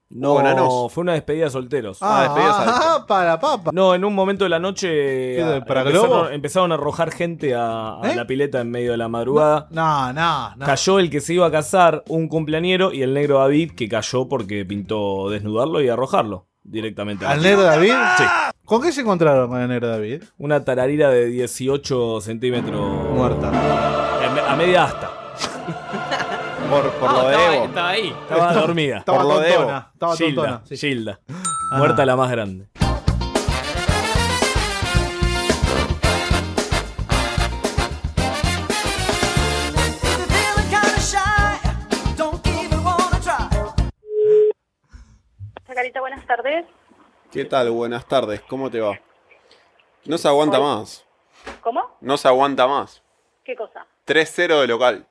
Speaker 3: No,
Speaker 16: Bueno, no.
Speaker 3: fue una despedida de solteros.
Speaker 16: Ah, despedidas
Speaker 14: Ah,
Speaker 16: altas.
Speaker 14: para papa.
Speaker 3: No, en un momento de la noche
Speaker 14: ¿Qué,
Speaker 3: ah,
Speaker 14: para globo?
Speaker 3: empezaron, empezaron a arrojar gente a, a
Speaker 14: ¿Eh?
Speaker 3: la pileta en medio de la madrugada.
Speaker 14: No, no, no.
Speaker 3: Cayó el que se iba a casar, un cumpleañero, y el negro David que cayó porque pintó desnudarlo y arrojarlo directamente. a la
Speaker 14: ¿Al
Speaker 3: pileta.
Speaker 14: negro David?
Speaker 3: Sí.
Speaker 14: ¿Con qué se encontraron con el negro David?
Speaker 3: Una tararira de 18 centímetros.
Speaker 14: Muerta.
Speaker 3: A, me- a media asta.
Speaker 16: Por, por
Speaker 15: Ah,
Speaker 16: lo de
Speaker 15: estaba,
Speaker 16: Evo.
Speaker 15: estaba ahí.
Speaker 3: Estaba dormida.
Speaker 14: Estaba
Speaker 16: Por lo de
Speaker 14: tontona. Estaba
Speaker 3: Gilda.
Speaker 14: tontona. sí.
Speaker 3: Gilda.
Speaker 16: Ah.
Speaker 3: Muerta la más grande.
Speaker 16: ¿Qué tal? Buenas tardes, ¿cómo te va? No se aguanta
Speaker 26: Hola.
Speaker 16: más,
Speaker 26: ¿Cómo?
Speaker 16: no se aguanta más.
Speaker 26: ¿Qué cosa?
Speaker 16: 3-0 de local.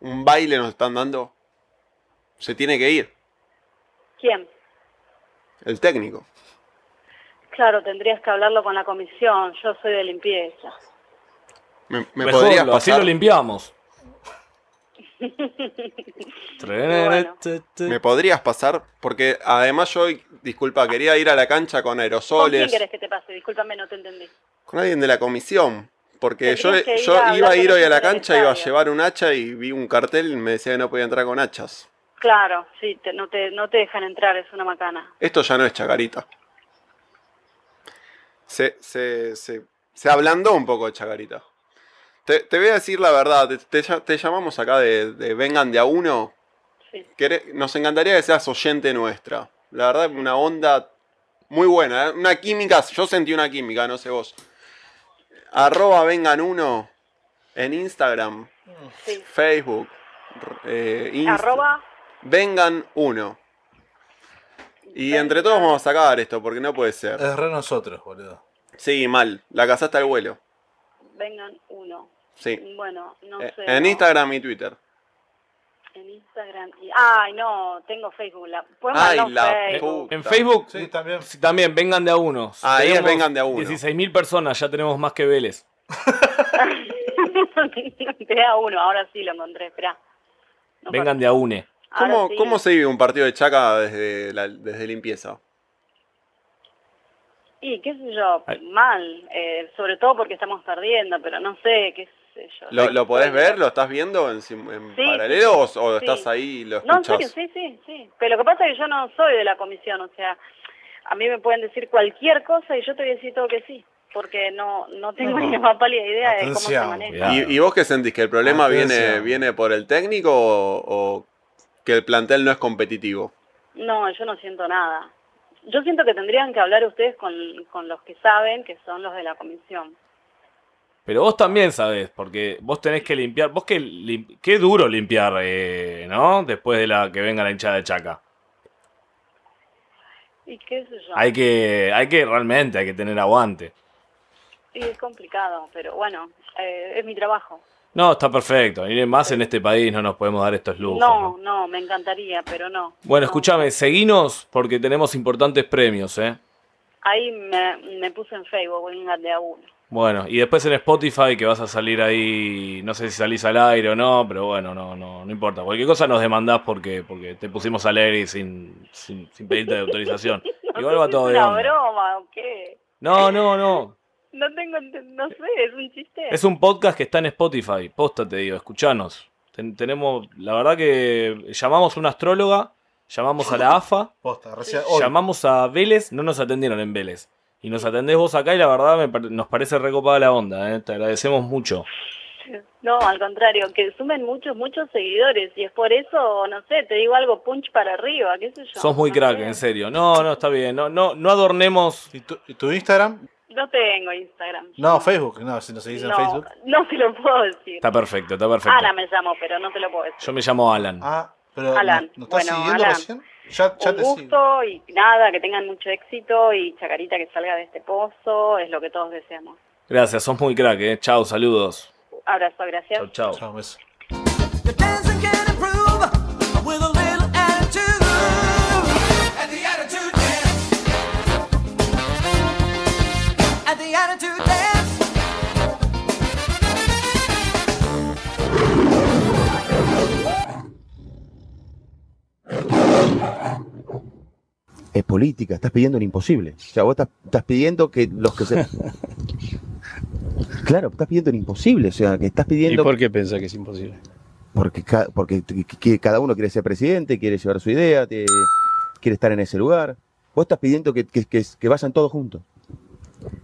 Speaker 16: Un baile nos están dando. Se tiene que ir,
Speaker 26: ¿Quién?
Speaker 16: el técnico.
Speaker 26: Claro, tendrías que hablarlo con la comisión. Yo soy de limpieza.
Speaker 16: Me, me
Speaker 3: Mejor,
Speaker 16: podrías
Speaker 3: lo- así
Speaker 16: pasar-
Speaker 3: lo limpiamos.
Speaker 16: ¿Me podrías pasar? Porque además yo hoy, disculpa, quería ir a la cancha con
Speaker 26: ¿Con quién
Speaker 16: aerosoles,
Speaker 26: querés que te pase? Discúlpame, no te entendí.
Speaker 16: con alguien de la comisión. Porque yo,
Speaker 26: Tendrías que ir
Speaker 16: yo
Speaker 26: a hablar
Speaker 16: iba a
Speaker 26: con
Speaker 16: ir
Speaker 26: ellos
Speaker 16: hoy a la
Speaker 26: en el
Speaker 16: cancha, iba a
Speaker 26: estadio.
Speaker 16: llevar un hacha y vi un cartel y me decía que no podía entrar con hachas.
Speaker 26: Claro, sí, te- no, te, no te dejan entrar, es una macana.
Speaker 16: Esto ya no es chacarita. Se, se, se, se ablandó un poco chacarita. Te, te voy a decir la verdad, te, te ll- te llamamos acá de, de Vengan de a uno. Quere- Nos encantaría que seas oyente nuestra. La verdad, una onda muy buena. ¿eh? Una química, yo sentí una química, no sé vos. Arroba Vengan uno en Instagram,
Speaker 26: Sí.
Speaker 16: Facebook, eh, Insta-
Speaker 26: Arroba,
Speaker 16: Vengan uno. Y entre todos vamos a sacar esto, porque no puede ser.
Speaker 14: Es re nosotros, boludo.
Speaker 16: Sí, mal. La cazaste al vuelo.
Speaker 26: vengan uno.
Speaker 16: Sí.
Speaker 26: Bueno, no
Speaker 16: Eh,
Speaker 26: sé.
Speaker 16: en
Speaker 26: no.
Speaker 16: Instagram y Twitter.
Speaker 26: En Instagram. Y, ay, no, tengo Facebook. La, podemos
Speaker 3: Ay,
Speaker 26: hablar
Speaker 3: la
Speaker 26: en Facebook.
Speaker 3: puta. En Facebook
Speaker 14: también.
Speaker 3: vengan de a uno.
Speaker 16: Ahí es
Speaker 3: Tenemos
Speaker 16: vengan de a uno.
Speaker 3: 16.000 personas, ya tenemos más que Vélez.
Speaker 26: Esperá uno, ahora sí lo encontré, esperá.
Speaker 3: vengan de a une.
Speaker 26: Ahora
Speaker 16: ¿Cómo,
Speaker 26: sí.
Speaker 16: cómo se vive un partido de chaca desde, la- desde limpieza?
Speaker 26: Y qué sé yo,
Speaker 16: Ay.
Speaker 26: mal, eh, sobre todo porque estamos perdiendo, pero no sé, qué sé yo.
Speaker 16: ¿Lo, lo podés ver? ¿Lo estás viendo en, sim- en
Speaker 26: Sí,
Speaker 16: paralelo o,
Speaker 26: sí,
Speaker 16: o
Speaker 26: sí.
Speaker 16: estás ahí y lo
Speaker 26: No, en serio,
Speaker 16: escuchás?
Speaker 26: sí, sí, sí. Pero lo que pasa es que yo no soy de la comisión, o sea, a mí me pueden decir cualquier cosa y yo te voy a decir todo que sí, porque no no tengo ni la más pálida idea de eh, cómo se
Speaker 16: Atención,
Speaker 26: maneja.
Speaker 16: ¿Y, y vos qué sentís? ¿Que el
Speaker 14: Ah,
Speaker 16: problema viene,
Speaker 14: Atención.
Speaker 16: viene por el técnico o, o que el plantel no es competitivo?
Speaker 26: No, yo no siento nada. Yo siento que tendrían que hablar ustedes con, con los que saben, que son los de la comisión.
Speaker 3: Pero vos también sabés, porque vos tenés que limpiar. Vos que lim- qué duro limpiar, eh, ¿no? Después de la que venga la hinchada de Chaca.
Speaker 26: Y qué sé yo.
Speaker 3: Hay que, hay que realmente, hay que tener aguante.
Speaker 26: Y es complicado, pero bueno, eh, es mi trabajo.
Speaker 3: No, está perfecto. Y más en este país no nos podemos dar estos lujos.
Speaker 26: No, no, me encantaría, pero no.
Speaker 3: Bueno, escúchame, seguinos porque tenemos importantes premios, ¿eh?
Speaker 26: Ahí me, me puse en Facebook, vengan de a uno.
Speaker 3: Bueno, y después en Spotify que vas a salir ahí, no sé si salís al aire o no, pero bueno, no, no, no importa. Cualquier cosa nos demandás porque, porque te pusimos al aire y sin, sin, sin pedirte autorización. Igual va todo
Speaker 26: ¿Es
Speaker 3: de
Speaker 26: una
Speaker 3: onda.
Speaker 26: broma o qué?
Speaker 3: No, no, no.
Speaker 26: No tengo, ent- no sé, es un chiste.
Speaker 3: Es un podcast que está en Spotify. Posta, te digo, escuchanos. Ten- tenemos, la verdad que llamamos a una astróloga, llamamos a la AFA,
Speaker 14: Posta, recién hoy.
Speaker 3: llamamos a Vélez, no nos atendieron en Vélez. Y nos atendés vos acá y la verdad me par- nos parece recopada la onda, ¿eh? te agradecemos mucho.
Speaker 26: No, al contrario, que sumen muchos, muchos seguidores y es por eso, no sé, te digo algo punch para arriba, qué sé yo.
Speaker 3: Sos muy crack, en serio. No, no, está bien. No, no, no adornemos.
Speaker 14: ¿Y tu, Instagram?
Speaker 26: No tengo Instagram.
Speaker 14: No, Facebook. No, si no se dice
Speaker 26: No,
Speaker 14: en Facebook.
Speaker 26: no te lo puedo decir.
Speaker 3: Está perfecto, está perfecto.
Speaker 26: Ana me llamó, pero no te lo puedo decir.
Speaker 3: Yo me llamo Alan.
Speaker 14: Ah, pero
Speaker 26: Alan,
Speaker 14: ¿nos estás
Speaker 26: bueno,
Speaker 14: siguiendo
Speaker 26: Alan,
Speaker 14: recién? Ya, ya
Speaker 26: un
Speaker 14: te sigo.
Speaker 26: gusto y nada, que tengan mucho éxito y Chacarita que salga de este pozo, es lo que todos deseamos.
Speaker 3: Gracias, sos muy crack, eh. Chao, saludos.
Speaker 26: Abrazo, gracias.
Speaker 3: Chao, chao.
Speaker 6: With a little attitude. And the attitude dance. And the attitude dance.
Speaker 9: Es política, estás pidiendo lo imposible. O sea, vos estás, estás pidiendo que los que se. claro, estás pidiendo lo imposible. O sea, que estás
Speaker 24: ¿Y
Speaker 9: pidiendo.
Speaker 24: por qué pensás que es imposible?
Speaker 9: Porque, ca- porque t- que- que cada uno quiere ser presidente, quiere llevar su idea, te- quiere estar en ese lugar. Vos estás pidiendo que, que- que- que vayan todos juntos.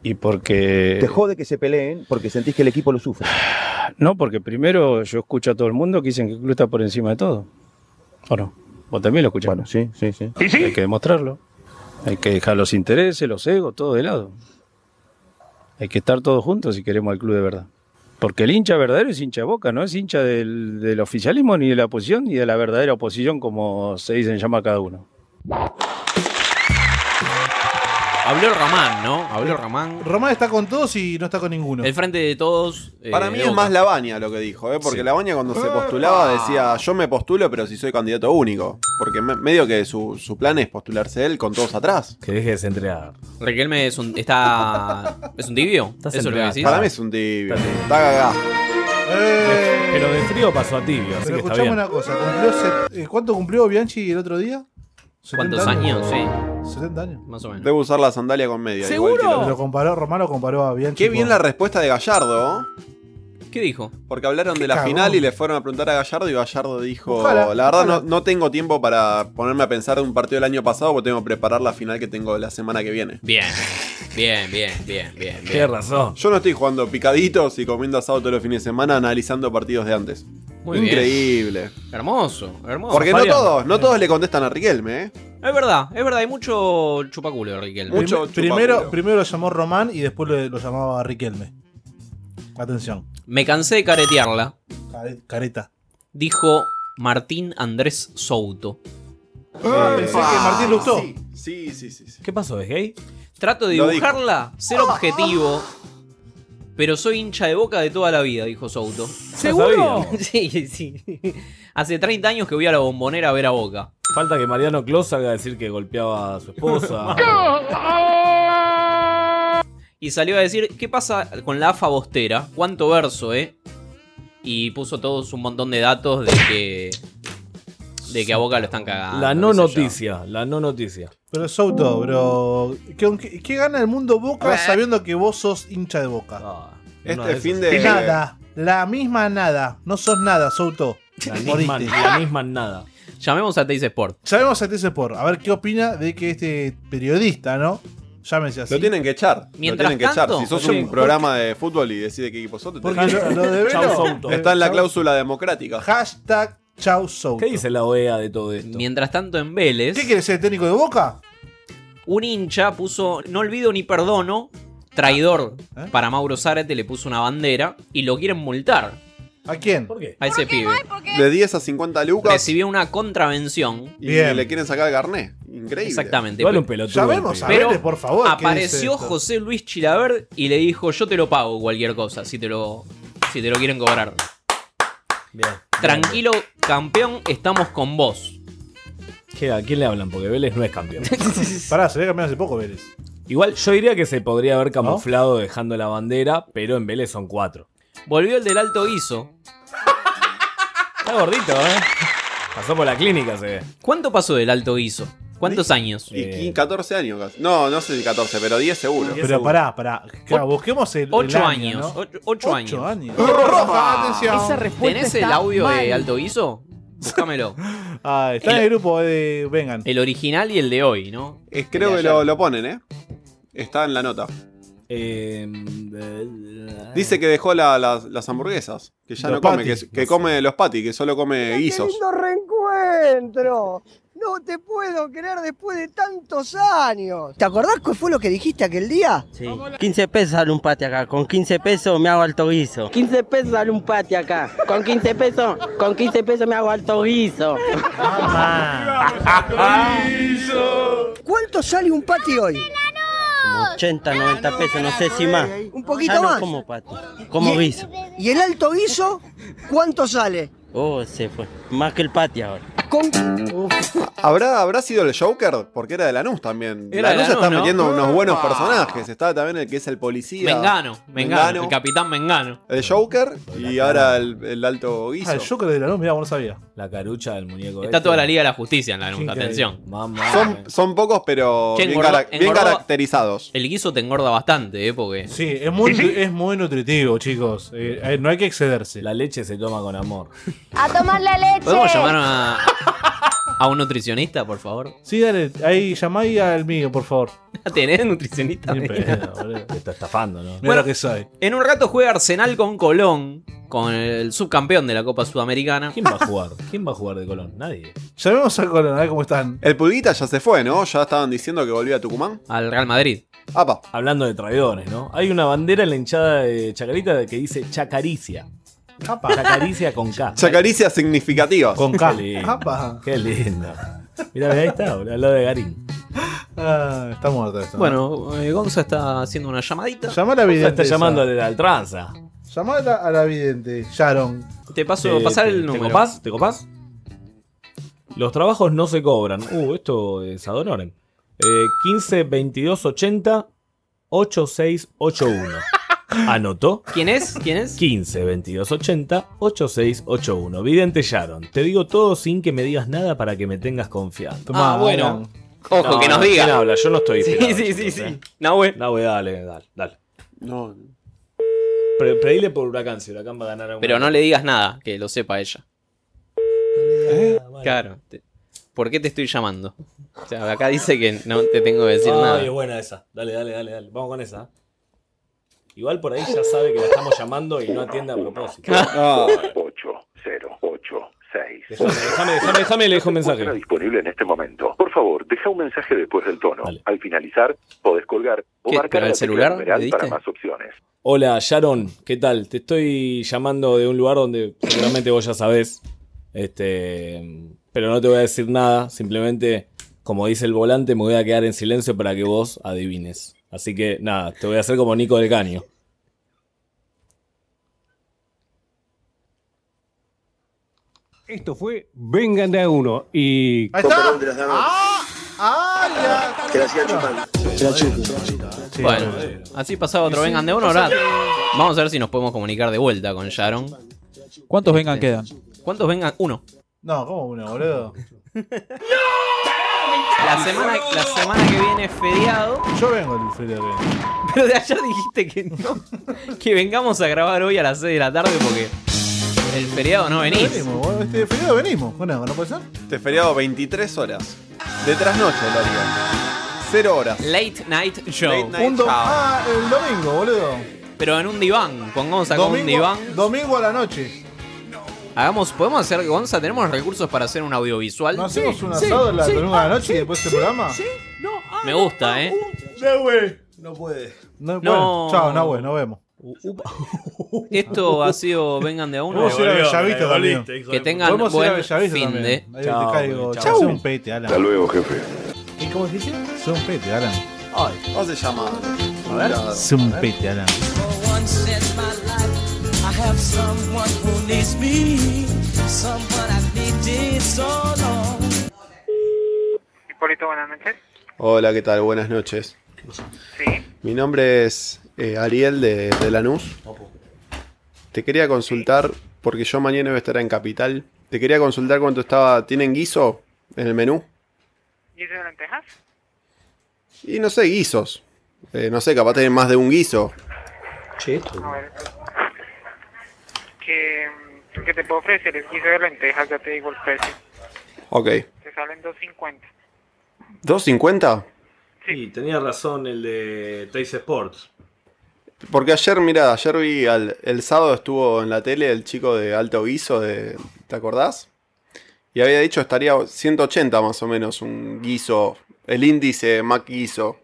Speaker 24: Y porque...
Speaker 9: Te jode que se peleen porque sentís que el equipo lo sufre.
Speaker 24: No, porque primero yo escucho a todo el mundo que dicen que el club está por encima de todo. ¿O no? Vos también lo escuchás. Bueno,
Speaker 9: sí, sí, sí.
Speaker 24: Hay que demostrarlo. Hay que dejar los intereses, los egos, todo de lado. Hay que estar todos juntos si queremos al club de verdad. Porque el hincha verdadero es hincha de boca, no es hincha del, del oficialismo, ni de la oposición, ni de la verdadera oposición, como se dicen llama cada uno.
Speaker 15: Habló Román, ¿no? Habló Román.
Speaker 14: Román está con todos y no está con ninguno.
Speaker 15: El frente de todos. eh,
Speaker 16: Para mí
Speaker 15: de
Speaker 16: es
Speaker 15: Boca.
Speaker 16: más la baña lo que dijo, ¿eh? porque
Speaker 15: Sí. Ah.
Speaker 16: la baña cuando se postulaba decía, yo me postulo pero si soy candidato único, porque me- medio que su, su plan es postularse él con todos atrás.
Speaker 3: Que deje de centrear.
Speaker 15: Riquelme es un, está, es un tibio.
Speaker 3: Está
Speaker 15: Eso es lo que
Speaker 3: centrado.
Speaker 15: decís.
Speaker 16: Para mí es un tibio, está cagá.
Speaker 3: Pero de frío pasó a tibio, así
Speaker 14: Pero
Speaker 3: que está
Speaker 14: escuchame
Speaker 3: bien.
Speaker 14: una cosa. cumplió set- eh, ¿Cuánto cumplió Bianchi el otro día?
Speaker 15: ¿Cuántos
Speaker 14: 70
Speaker 15: años? Sí.
Speaker 14: 70 años.
Speaker 15: Más o menos.
Speaker 16: Debo usar la sandalia con media. igual que
Speaker 14: Lo
Speaker 16: lo-
Speaker 14: comparó, Román lo comparó a Bianchi.
Speaker 16: Qué bien la respuesta de Gallardo, ¿oh?
Speaker 15: ¿Qué dijo?
Speaker 16: porque hablaron
Speaker 14: Qué
Speaker 16: de la
Speaker 14: cagón.
Speaker 16: final y le fueron a preguntar a Gallardo y Gallardo dijo,
Speaker 14: Ojalá,
Speaker 16: la verdad
Speaker 14: ojalá.
Speaker 16: no, no tengo tiempo para ponerme a pensar de un partido del año pasado porque tengo que preparar la final que tengo la semana que viene.
Speaker 15: Bien. Bien, bien, bien, bien. bien.
Speaker 16: Tienes Yo no estoy jugando picaditos y comiendo asado todos los fines de semana analizando partidos de antes.
Speaker 15: Muy bien.
Speaker 16: Increíble.
Speaker 15: Hermoso, hermoso.
Speaker 16: Porque no
Speaker 15: Fabián.
Speaker 16: todos, no todos le contestan a Riquelme, ¿eh?
Speaker 15: Es verdad, es verdad, hay mucho chupaculo de Riquelme.
Speaker 14: Prim- primero, primero lo llamó Román y después lo, lo llamaba Riquelme. Atención.
Speaker 15: Me cansé de caretearla,
Speaker 14: Care- Careta.
Speaker 15: dijo Martín Andrés Souto.
Speaker 14: Ah, pensé que Martín Lustó.
Speaker 16: Sí, sí, sí, sí. sí.
Speaker 3: ¿Qué pasó? ¿Es gay?
Speaker 15: Trato de
Speaker 16: Lo
Speaker 15: dibujarla, ser objetivo, pero soy hincha de boca de toda la vida, dijo Souto.
Speaker 3: ¿Seguro?
Speaker 15: sí, sí. Hace 30 años que voy a la bombonera a ver a boca.
Speaker 3: Falta que Mariano Clos salga a decir que golpeaba a su esposa.
Speaker 15: Y salió a decir, ¿qué pasa con la AFA Bostera? ¿Cuánto verso, eh? Y puso todos un montón de datos de que. de que a Boca lo están cagando.
Speaker 3: la
Speaker 15: qué
Speaker 3: Ah, no
Speaker 15: sé yo.
Speaker 3: noticia, la no noticia.
Speaker 14: Pero
Speaker 3: Uh.
Speaker 14: Souto, bro. ¿Qué, qué- qué gana el mundo Boca sabiendo que vos sos hincha de Boca?
Speaker 16: Este fin de.
Speaker 14: Nada. La misma nada. No sos nada, Souto.
Speaker 3: La misma,
Speaker 14: Moriste.
Speaker 3: la misma nada.
Speaker 15: Llamemos a Teis Sport.
Speaker 14: Sabemos a TC por. A ver qué opina de que este periodista, ¿no? Llámese así.
Speaker 16: Lo tienen que echar.
Speaker 15: Mientras
Speaker 16: lo tienen que
Speaker 15: tanto-
Speaker 16: echar. Si sos
Speaker 15: Sí,
Speaker 16: un programa de fútbol y decide qué equipo sos, te
Speaker 14: Porque
Speaker 16: tenés que
Speaker 14: lo-
Speaker 16: echar.
Speaker 14: lo de
Speaker 16: Chau,
Speaker 14: Velo-
Speaker 16: Souto. Está en la cláusula democrática.
Speaker 14: Hashtag Chau Souto.
Speaker 3: ¿Qué dice la OEA de todo esto?
Speaker 15: Mientras tanto, en Vélez,
Speaker 14: ¿Qué quiere ser técnico de Boca?
Speaker 15: un hincha puso, no olvido ni perdono, traidor
Speaker 14: Ah, ¿eh?
Speaker 15: para Mauro Zárate, le puso una bandera y lo quieren multar
Speaker 14: ¿A quién?
Speaker 3: ¿Por qué?
Speaker 15: a ese pibe.
Speaker 16: De 10 a 50 lucas.
Speaker 15: Recibió una contravención.
Speaker 16: Y le quieren sacar el garné. Increíble.
Speaker 15: Exactamente.
Speaker 3: Igual un pelotudo.
Speaker 14: Llamemos
Speaker 3: el
Speaker 14: a
Speaker 3: pibe.
Speaker 15: Pero
Speaker 14: Vélez, por favor. ¿qué dice
Speaker 15: Apareció
Speaker 14: esto?
Speaker 15: José Luis Chilaver y le dijo, yo te lo pago cualquier cosa, si te lo, si te lo quieren cobrar.
Speaker 3: Bien.
Speaker 15: Tranquilo, campeón, estamos con vos.
Speaker 3: ¿Qué- ¿A quién le hablan? Porque Vélez no es campeón.
Speaker 14: Pará, se había cambiado hace poco Vélez.
Speaker 3: Igual yo diría que se podría haber camuflado dejando la bandera, pero en Vélez son cuatro.
Speaker 15: Volvió el del alto guiso.
Speaker 3: Está gordito, ¿eh? Pasó por la clínica, se ve. Eh.
Speaker 15: ¿Cuánto pasó del alto guiso? ¿Cuántos años?
Speaker 16: Y qui- 14 años casi. No, no sé si 14, pero 10 seguro.
Speaker 14: Pero pará, pará. Claro, busquemos el. el
Speaker 15: Ocho
Speaker 14: año,
Speaker 15: años.
Speaker 14: ¿no?
Speaker 15: ocho- Ocho años.
Speaker 14: años.
Speaker 15: Esa ¿Tenés el audio de Alto Guiso? Búscamelo.
Speaker 14: Ah, está en el grupo de Vengan.
Speaker 15: El original y el de hoy, ¿no?
Speaker 16: Es- creo que lo, lo ponen, ¿eh? Está en la nota.
Speaker 14: Eh,
Speaker 16: Dice que dejó la- las, las hamburguesas. Que ya
Speaker 14: Los
Speaker 16: no come,
Speaker 14: patis.
Speaker 16: que, que come los patis, que solo come guisos.
Speaker 10: lindo reencuentro! No te puedo creer después de tantos años.
Speaker 27: ¿Te acordás qué fue lo que dijiste aquel día? Sí. 15 pesos sale un pate acá. Con 15 pesos me hago alto guiso. 15 pesos sale un pate acá. Con 15 pesos, con 15 pesos me hago alto guiso.
Speaker 10: ¿Cuánto sale un pati hoy?
Speaker 27: Como 80, 90 pesos, no sé si más.
Speaker 10: Un poquito
Speaker 27: Ya no
Speaker 10: más.
Speaker 27: como pate, como
Speaker 10: ¿Y-
Speaker 27: guiso.
Speaker 10: ¿Y el alto guiso? ¿Cuánto sale?
Speaker 27: Oh, se fue. Más que el pate ahora.
Speaker 10: Con...
Speaker 16: ¿Habrá, ¿Habrá sido el Joker? Porque era de Lanús también.
Speaker 15: Era de
Speaker 16: Lanús ya
Speaker 15: Lanús,
Speaker 16: está
Speaker 15: ¿no?
Speaker 16: metiendo unos buenos
Speaker 15: Epa.
Speaker 16: personajes. Está también el que es el policía.
Speaker 15: Mengano, Mengano, el capitán Mengano.
Speaker 16: El Joker y ahora el, el alto guiso.
Speaker 14: Ah, el Joker de la luz, mirá, vos no sabía.
Speaker 3: La carucha del muñeco.
Speaker 15: Está
Speaker 3: este.
Speaker 15: toda la Liga de la Justicia en la nota,
Speaker 3: Increíble.
Speaker 15: atención.
Speaker 3: Mamá.
Speaker 16: Son, son pocos, pero
Speaker 15: Che,
Speaker 16: bien,
Speaker 15: engorda-
Speaker 16: cara- bien
Speaker 15: engorda-
Speaker 16: caracterizados.
Speaker 15: El guiso te engorda bastante, ¿eh? Porque.
Speaker 14: Sí, es muy, es muy nutritivo, chicos. Eh, eh, no hay que excederse.
Speaker 3: La leche se toma con amor.
Speaker 22: A tomar la leche.
Speaker 15: ¿Podemos llamar
Speaker 3: Ah.
Speaker 15: a, a un nutricionista, por favor?
Speaker 14: Sí, dale, ahí llamáis al mío, por favor.
Speaker 15: ¿Tenés nutricionista?
Speaker 14: Ni pedo, boludo.
Speaker 3: Te está estafando, ¿no?
Speaker 14: Mira lo que soy.
Speaker 15: En un rato juega Arsenal con Colón, con el subcampeón de la Copa Sudamericana.
Speaker 3: ¿Quién va a jugar? ¿Quién va a jugar de Colón? Nadie.
Speaker 14: Llamemos a Colón, a ver cómo están.
Speaker 16: El Pulguita ya se fue, ¿no? Ya estaban diciendo que volvía a Tucumán.
Speaker 15: Al Real Madrid.
Speaker 16: Apa.
Speaker 3: Hablando de traidores, ¿no? Hay una bandera en la hinchada de Chacarita que dice Chacaricia. Chacaricia con K.
Speaker 16: Chacaricias significativas.
Speaker 14: Con K.
Speaker 3: Qué lindo.
Speaker 14: Apa.
Speaker 3: Qué lindo. Mirá, ahí está, boludo, al lado de Garín.
Speaker 14: Ah, está muerto esto.
Speaker 15: Bueno, eh, Gonza está haciendo una llamadita.
Speaker 14: Llamá a la vidente. esa.
Speaker 15: tranza.
Speaker 14: Llamá a la, a la vidente, Sharon.
Speaker 15: Te paso,
Speaker 3: Eh,
Speaker 15: pasar
Speaker 3: te-
Speaker 15: el
Speaker 3: ¿Te
Speaker 15: número.
Speaker 3: copás? ¿Te copás? Los trabajos no se cobran. Uh, esto es ad honorem. Eh, 15 22 80 8681. Anotó.
Speaker 15: ¿Quién es? ¿Quién es?
Speaker 3: 15 22 80 8681. Vidente Sharon. Te digo todo sin que me digas nada para que me tengas confianza.
Speaker 15: Tomá, Ah, bueno. Alan. Ojo, que nos diga.
Speaker 3: ¿Quién habla? Yo no estoy.
Speaker 15: Sí,
Speaker 3: inspirado,
Speaker 15: sí,
Speaker 3: chicos,
Speaker 15: sí,
Speaker 3: eh.
Speaker 15: sí. Nahue.
Speaker 3: Nahue, dale, dale, dale. No. predile por Huracán, si Huracán va a ganar a
Speaker 15: Pero no le digas nada, que lo sepa ella. ¿Eh? Claro. te- ¿Por qué te estoy llamando? O sea, acá dice que no te tengo que decir
Speaker 3: Ay,
Speaker 15: nada.
Speaker 3: es buena esa. Dale, dale, dale, dale. Vamos con esa. Igual por ahí ya sabe que la estamos llamando y no atiende a propósito.
Speaker 15: Ah.
Speaker 3: Déjame, déjame, déjame, déjame, le dejo un mensaje.
Speaker 18: disponible en este momento. Por favor, deja un mensaje después del tono. Al finalizar, podés colgar o
Speaker 3: ¿Qué?
Speaker 18: marcar
Speaker 3: ¿Pero
Speaker 18: la
Speaker 3: el
Speaker 18: tecla
Speaker 3: celular
Speaker 18: numeral
Speaker 3: le
Speaker 18: para
Speaker 3: diste?
Speaker 18: más opciones.
Speaker 3: Hola, Sharon, ¿qué tal? Te estoy llamando de un lugar donde seguramente vos ya sabés. Este, pero no te voy a decir nada. Simplemente, como dice el volante, me voy a quedar en silencio para que vos adivines. Así que nada, te voy a hacer como Nico del Caño.
Speaker 19: Esto fue Vengan de a uno y...
Speaker 14: Ahí está. ¡Ah! ¡Ah!
Speaker 15: Bueno, así pasaba otro Vengan de uno. Ahora vamos a ver si nos podemos comunicar de vuelta con Sharon.
Speaker 2: ¿Cuántos vengan quedan?
Speaker 15: ¿Cuántos vengan? Uno.
Speaker 14: No, ¿cómo uno, boludo?
Speaker 15: La semana, la semana que viene es feriado.
Speaker 14: Yo vengo el feriado que viene.
Speaker 15: Pero de ayer dijiste que no. Que vengamos a grabar hoy a las 6 de la tarde porque el feriado no venís.
Speaker 14: Venimos, boludo, este feriado venimos. Bueno, ¿no puede ser?
Speaker 16: Este feriado 23 horas. De trasnoche lo haría. Cero horas.
Speaker 15: Late Night Show.
Speaker 16: Late night
Speaker 14: Un do-
Speaker 16: show.
Speaker 14: ah, el domingo, boludo.
Speaker 15: Pero en un diván. Pongamos acá un
Speaker 14: Domingo,
Speaker 15: diván.
Speaker 14: domingo a la noche.
Speaker 15: Hagamos, podemos hacer, Gonza, tenemos recursos para hacer un audiovisual.
Speaker 14: ¿No hacemos un asado la- domingo a la
Speaker 15: Ah,
Speaker 14: noche y después este programa?
Speaker 15: Me gusta, eh.
Speaker 14: No puede. No, Bueno,
Speaker 15: No.
Speaker 14: chao, no, bueno, nos vemos.
Speaker 15: Esto ha sido Vengan de a uno.
Speaker 14: Podemos ir a Bellavista también.
Speaker 15: Que tengan
Speaker 14: Podemos ir a
Speaker 15: buen
Speaker 14: Bellavista
Speaker 15: fin
Speaker 14: también.
Speaker 15: de.
Speaker 14: Ahí te caigo. Chao. Soy un pete, Alan.
Speaker 18: Hasta luego, jefe.
Speaker 14: ¿Y cómo se dice? Soy un pete, Alan.
Speaker 16: Ay, ¿cómo se llama?
Speaker 14: A ver. Soy un pete, Alan.
Speaker 22: once in my life I have someone who needs me, someone I've needed so long.
Speaker 16: Hola, ¿qué tal? Buenas noches. Mi nombre es eh, Ariel de, de Lanús. Te quería consultar, porque yo mañana voy a estar en Capital. Te quería consultar cuánto estaba. ¿Tienen guiso en el menú?
Speaker 28: ¿Guiso de lentejas?
Speaker 16: Y no sé, guisos. Eh, no sé, capaz tienen más de un guiso.
Speaker 28: A ver. ¿Qué, qué te puedo ofrecer? Es guiso de lentejas, ya te digo el precio.
Speaker 16: Ok.
Speaker 28: Te salen 2.50.
Speaker 16: ¿2.50?
Speaker 3: Sí, tenía razón el de Tays Sports.
Speaker 16: Porque ayer, mira, ayer vi al, el sábado estuvo en la tele el chico de Alto Guiso, de, ¿te acordás? Y había dicho estaría 180 más o menos un guiso, el índice Mac guiso.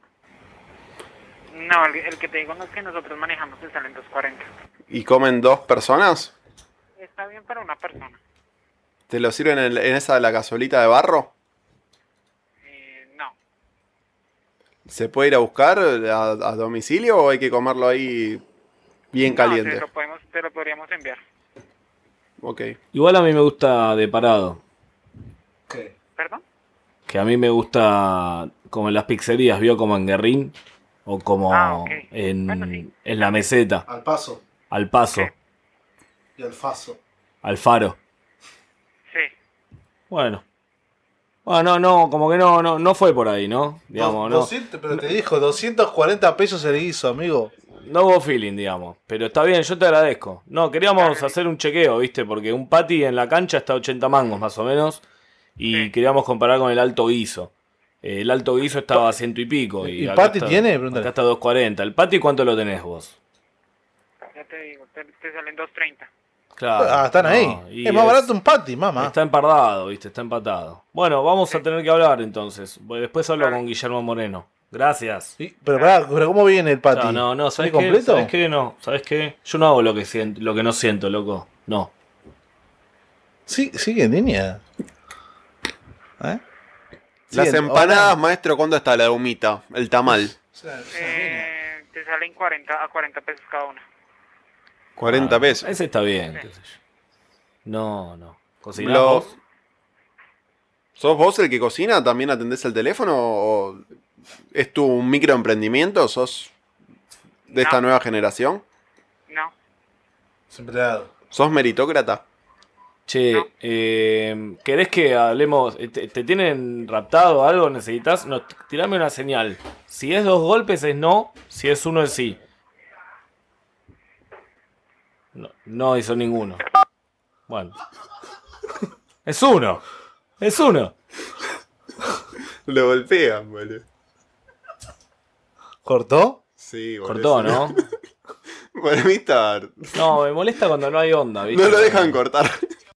Speaker 28: No, el, el que te digo no es que nosotros manejamos, te salen 2.40.
Speaker 16: ¿Y comen dos personas?
Speaker 28: Está bien para una persona.
Speaker 16: ¿Te lo sirven en, en esa de la cazuelita de barro?
Speaker 28: Eh, no.
Speaker 16: ¿Se puede ir a buscar a, a domicilio o hay que comerlo ahí bien
Speaker 28: No, te
Speaker 16: caliente?
Speaker 28: lo, podemos, te lo podríamos enviar.
Speaker 16: Ok.
Speaker 3: Igual a mí me gusta de parado.
Speaker 28: ¿Perdón?
Speaker 3: Que a mí me gusta como en las pizzerías, vio como en Guerrín o como en, en la meseta,
Speaker 14: Al paso
Speaker 3: al paso,
Speaker 14: y al faso.
Speaker 3: al faro.
Speaker 28: Sí.
Speaker 3: Bueno. Bueno, no, no, como que no, no, no fue por ahí, ¿no? Digamos, no.
Speaker 14: 200, pero te dijo, 240 pesos el guiso, amigo.
Speaker 3: No hubo feeling, digamos. Pero está bien, yo te agradezco. No, queríamos hacer un chequeo, ¿viste? Porque un patty en la cancha está a 80 mangos más o menos. Y queríamos comparar con el alto guiso. Eh, El alto guiso estaba a ciento y pico. ¿Y,
Speaker 14: ¿Y
Speaker 3: acá
Speaker 14: patty
Speaker 3: está-
Speaker 14: tiene? Pregúntale.
Speaker 3: Acá está 240. ¿El patty cuánto lo tenés vos?
Speaker 28: Ya te digo, te, te salen 2.30.
Speaker 3: Claro.
Speaker 14: Ah, están
Speaker 3: no,
Speaker 14: ahí.
Speaker 3: y
Speaker 14: Es más
Speaker 3: es-
Speaker 14: barato un patty, mamá.
Speaker 3: Está empardado, ¿viste? Está empatado. Bueno, vamos a tener que hablar entonces. Bueno, Después hablo con Guillermo Moreno. Gracias.
Speaker 14: Pero pará, pero ¿cómo viene el patty?
Speaker 3: No, no, no, ¿sabes
Speaker 14: ¿Viene
Speaker 3: qué?
Speaker 14: completo?
Speaker 3: ¿Sabes qué? No, ¿sabes qué? Yo no hago lo que siento, lo que no siento, loco. No.
Speaker 14: Sí, sigue en línea. ¿Eh?
Speaker 16: Las
Speaker 14: Sí,
Speaker 16: empanadas, maestro, ¿cuándo está la humita? El tamal.
Speaker 28: Eh, te salen 40 a 40 pesos cada una.
Speaker 16: 40 pesos.
Speaker 3: Ah, Ese está bien. qué sé yo. No, no. Cocinás
Speaker 16: Lo-
Speaker 3: vos.
Speaker 16: ¿Sos vos el que cocina? ¿También atendés el teléfono? ¿O ¿Es tu microemprendimiento? ¿Sos de esta nueva generación?
Speaker 28: No.
Speaker 16: ¿Sos meritócrata?
Speaker 3: Che, eh, ¿querés que hablemos? Eh, ¿Te, te tienen raptado o algo? ¿Necesitas? No, t- tirame una señal. Si es dos golpes es no, si es uno es sí. No, no hizo ninguno. Bueno. Es uno. Es uno.
Speaker 16: Lo golpean, boludo.
Speaker 14: ¿Cortó?
Speaker 16: Sí, boludo.
Speaker 3: Cortó, ¿no?
Speaker 16: Bueno, Mister,
Speaker 3: No, me molesta cuando no hay onda, ¿viste?
Speaker 16: No lo dejan cortar.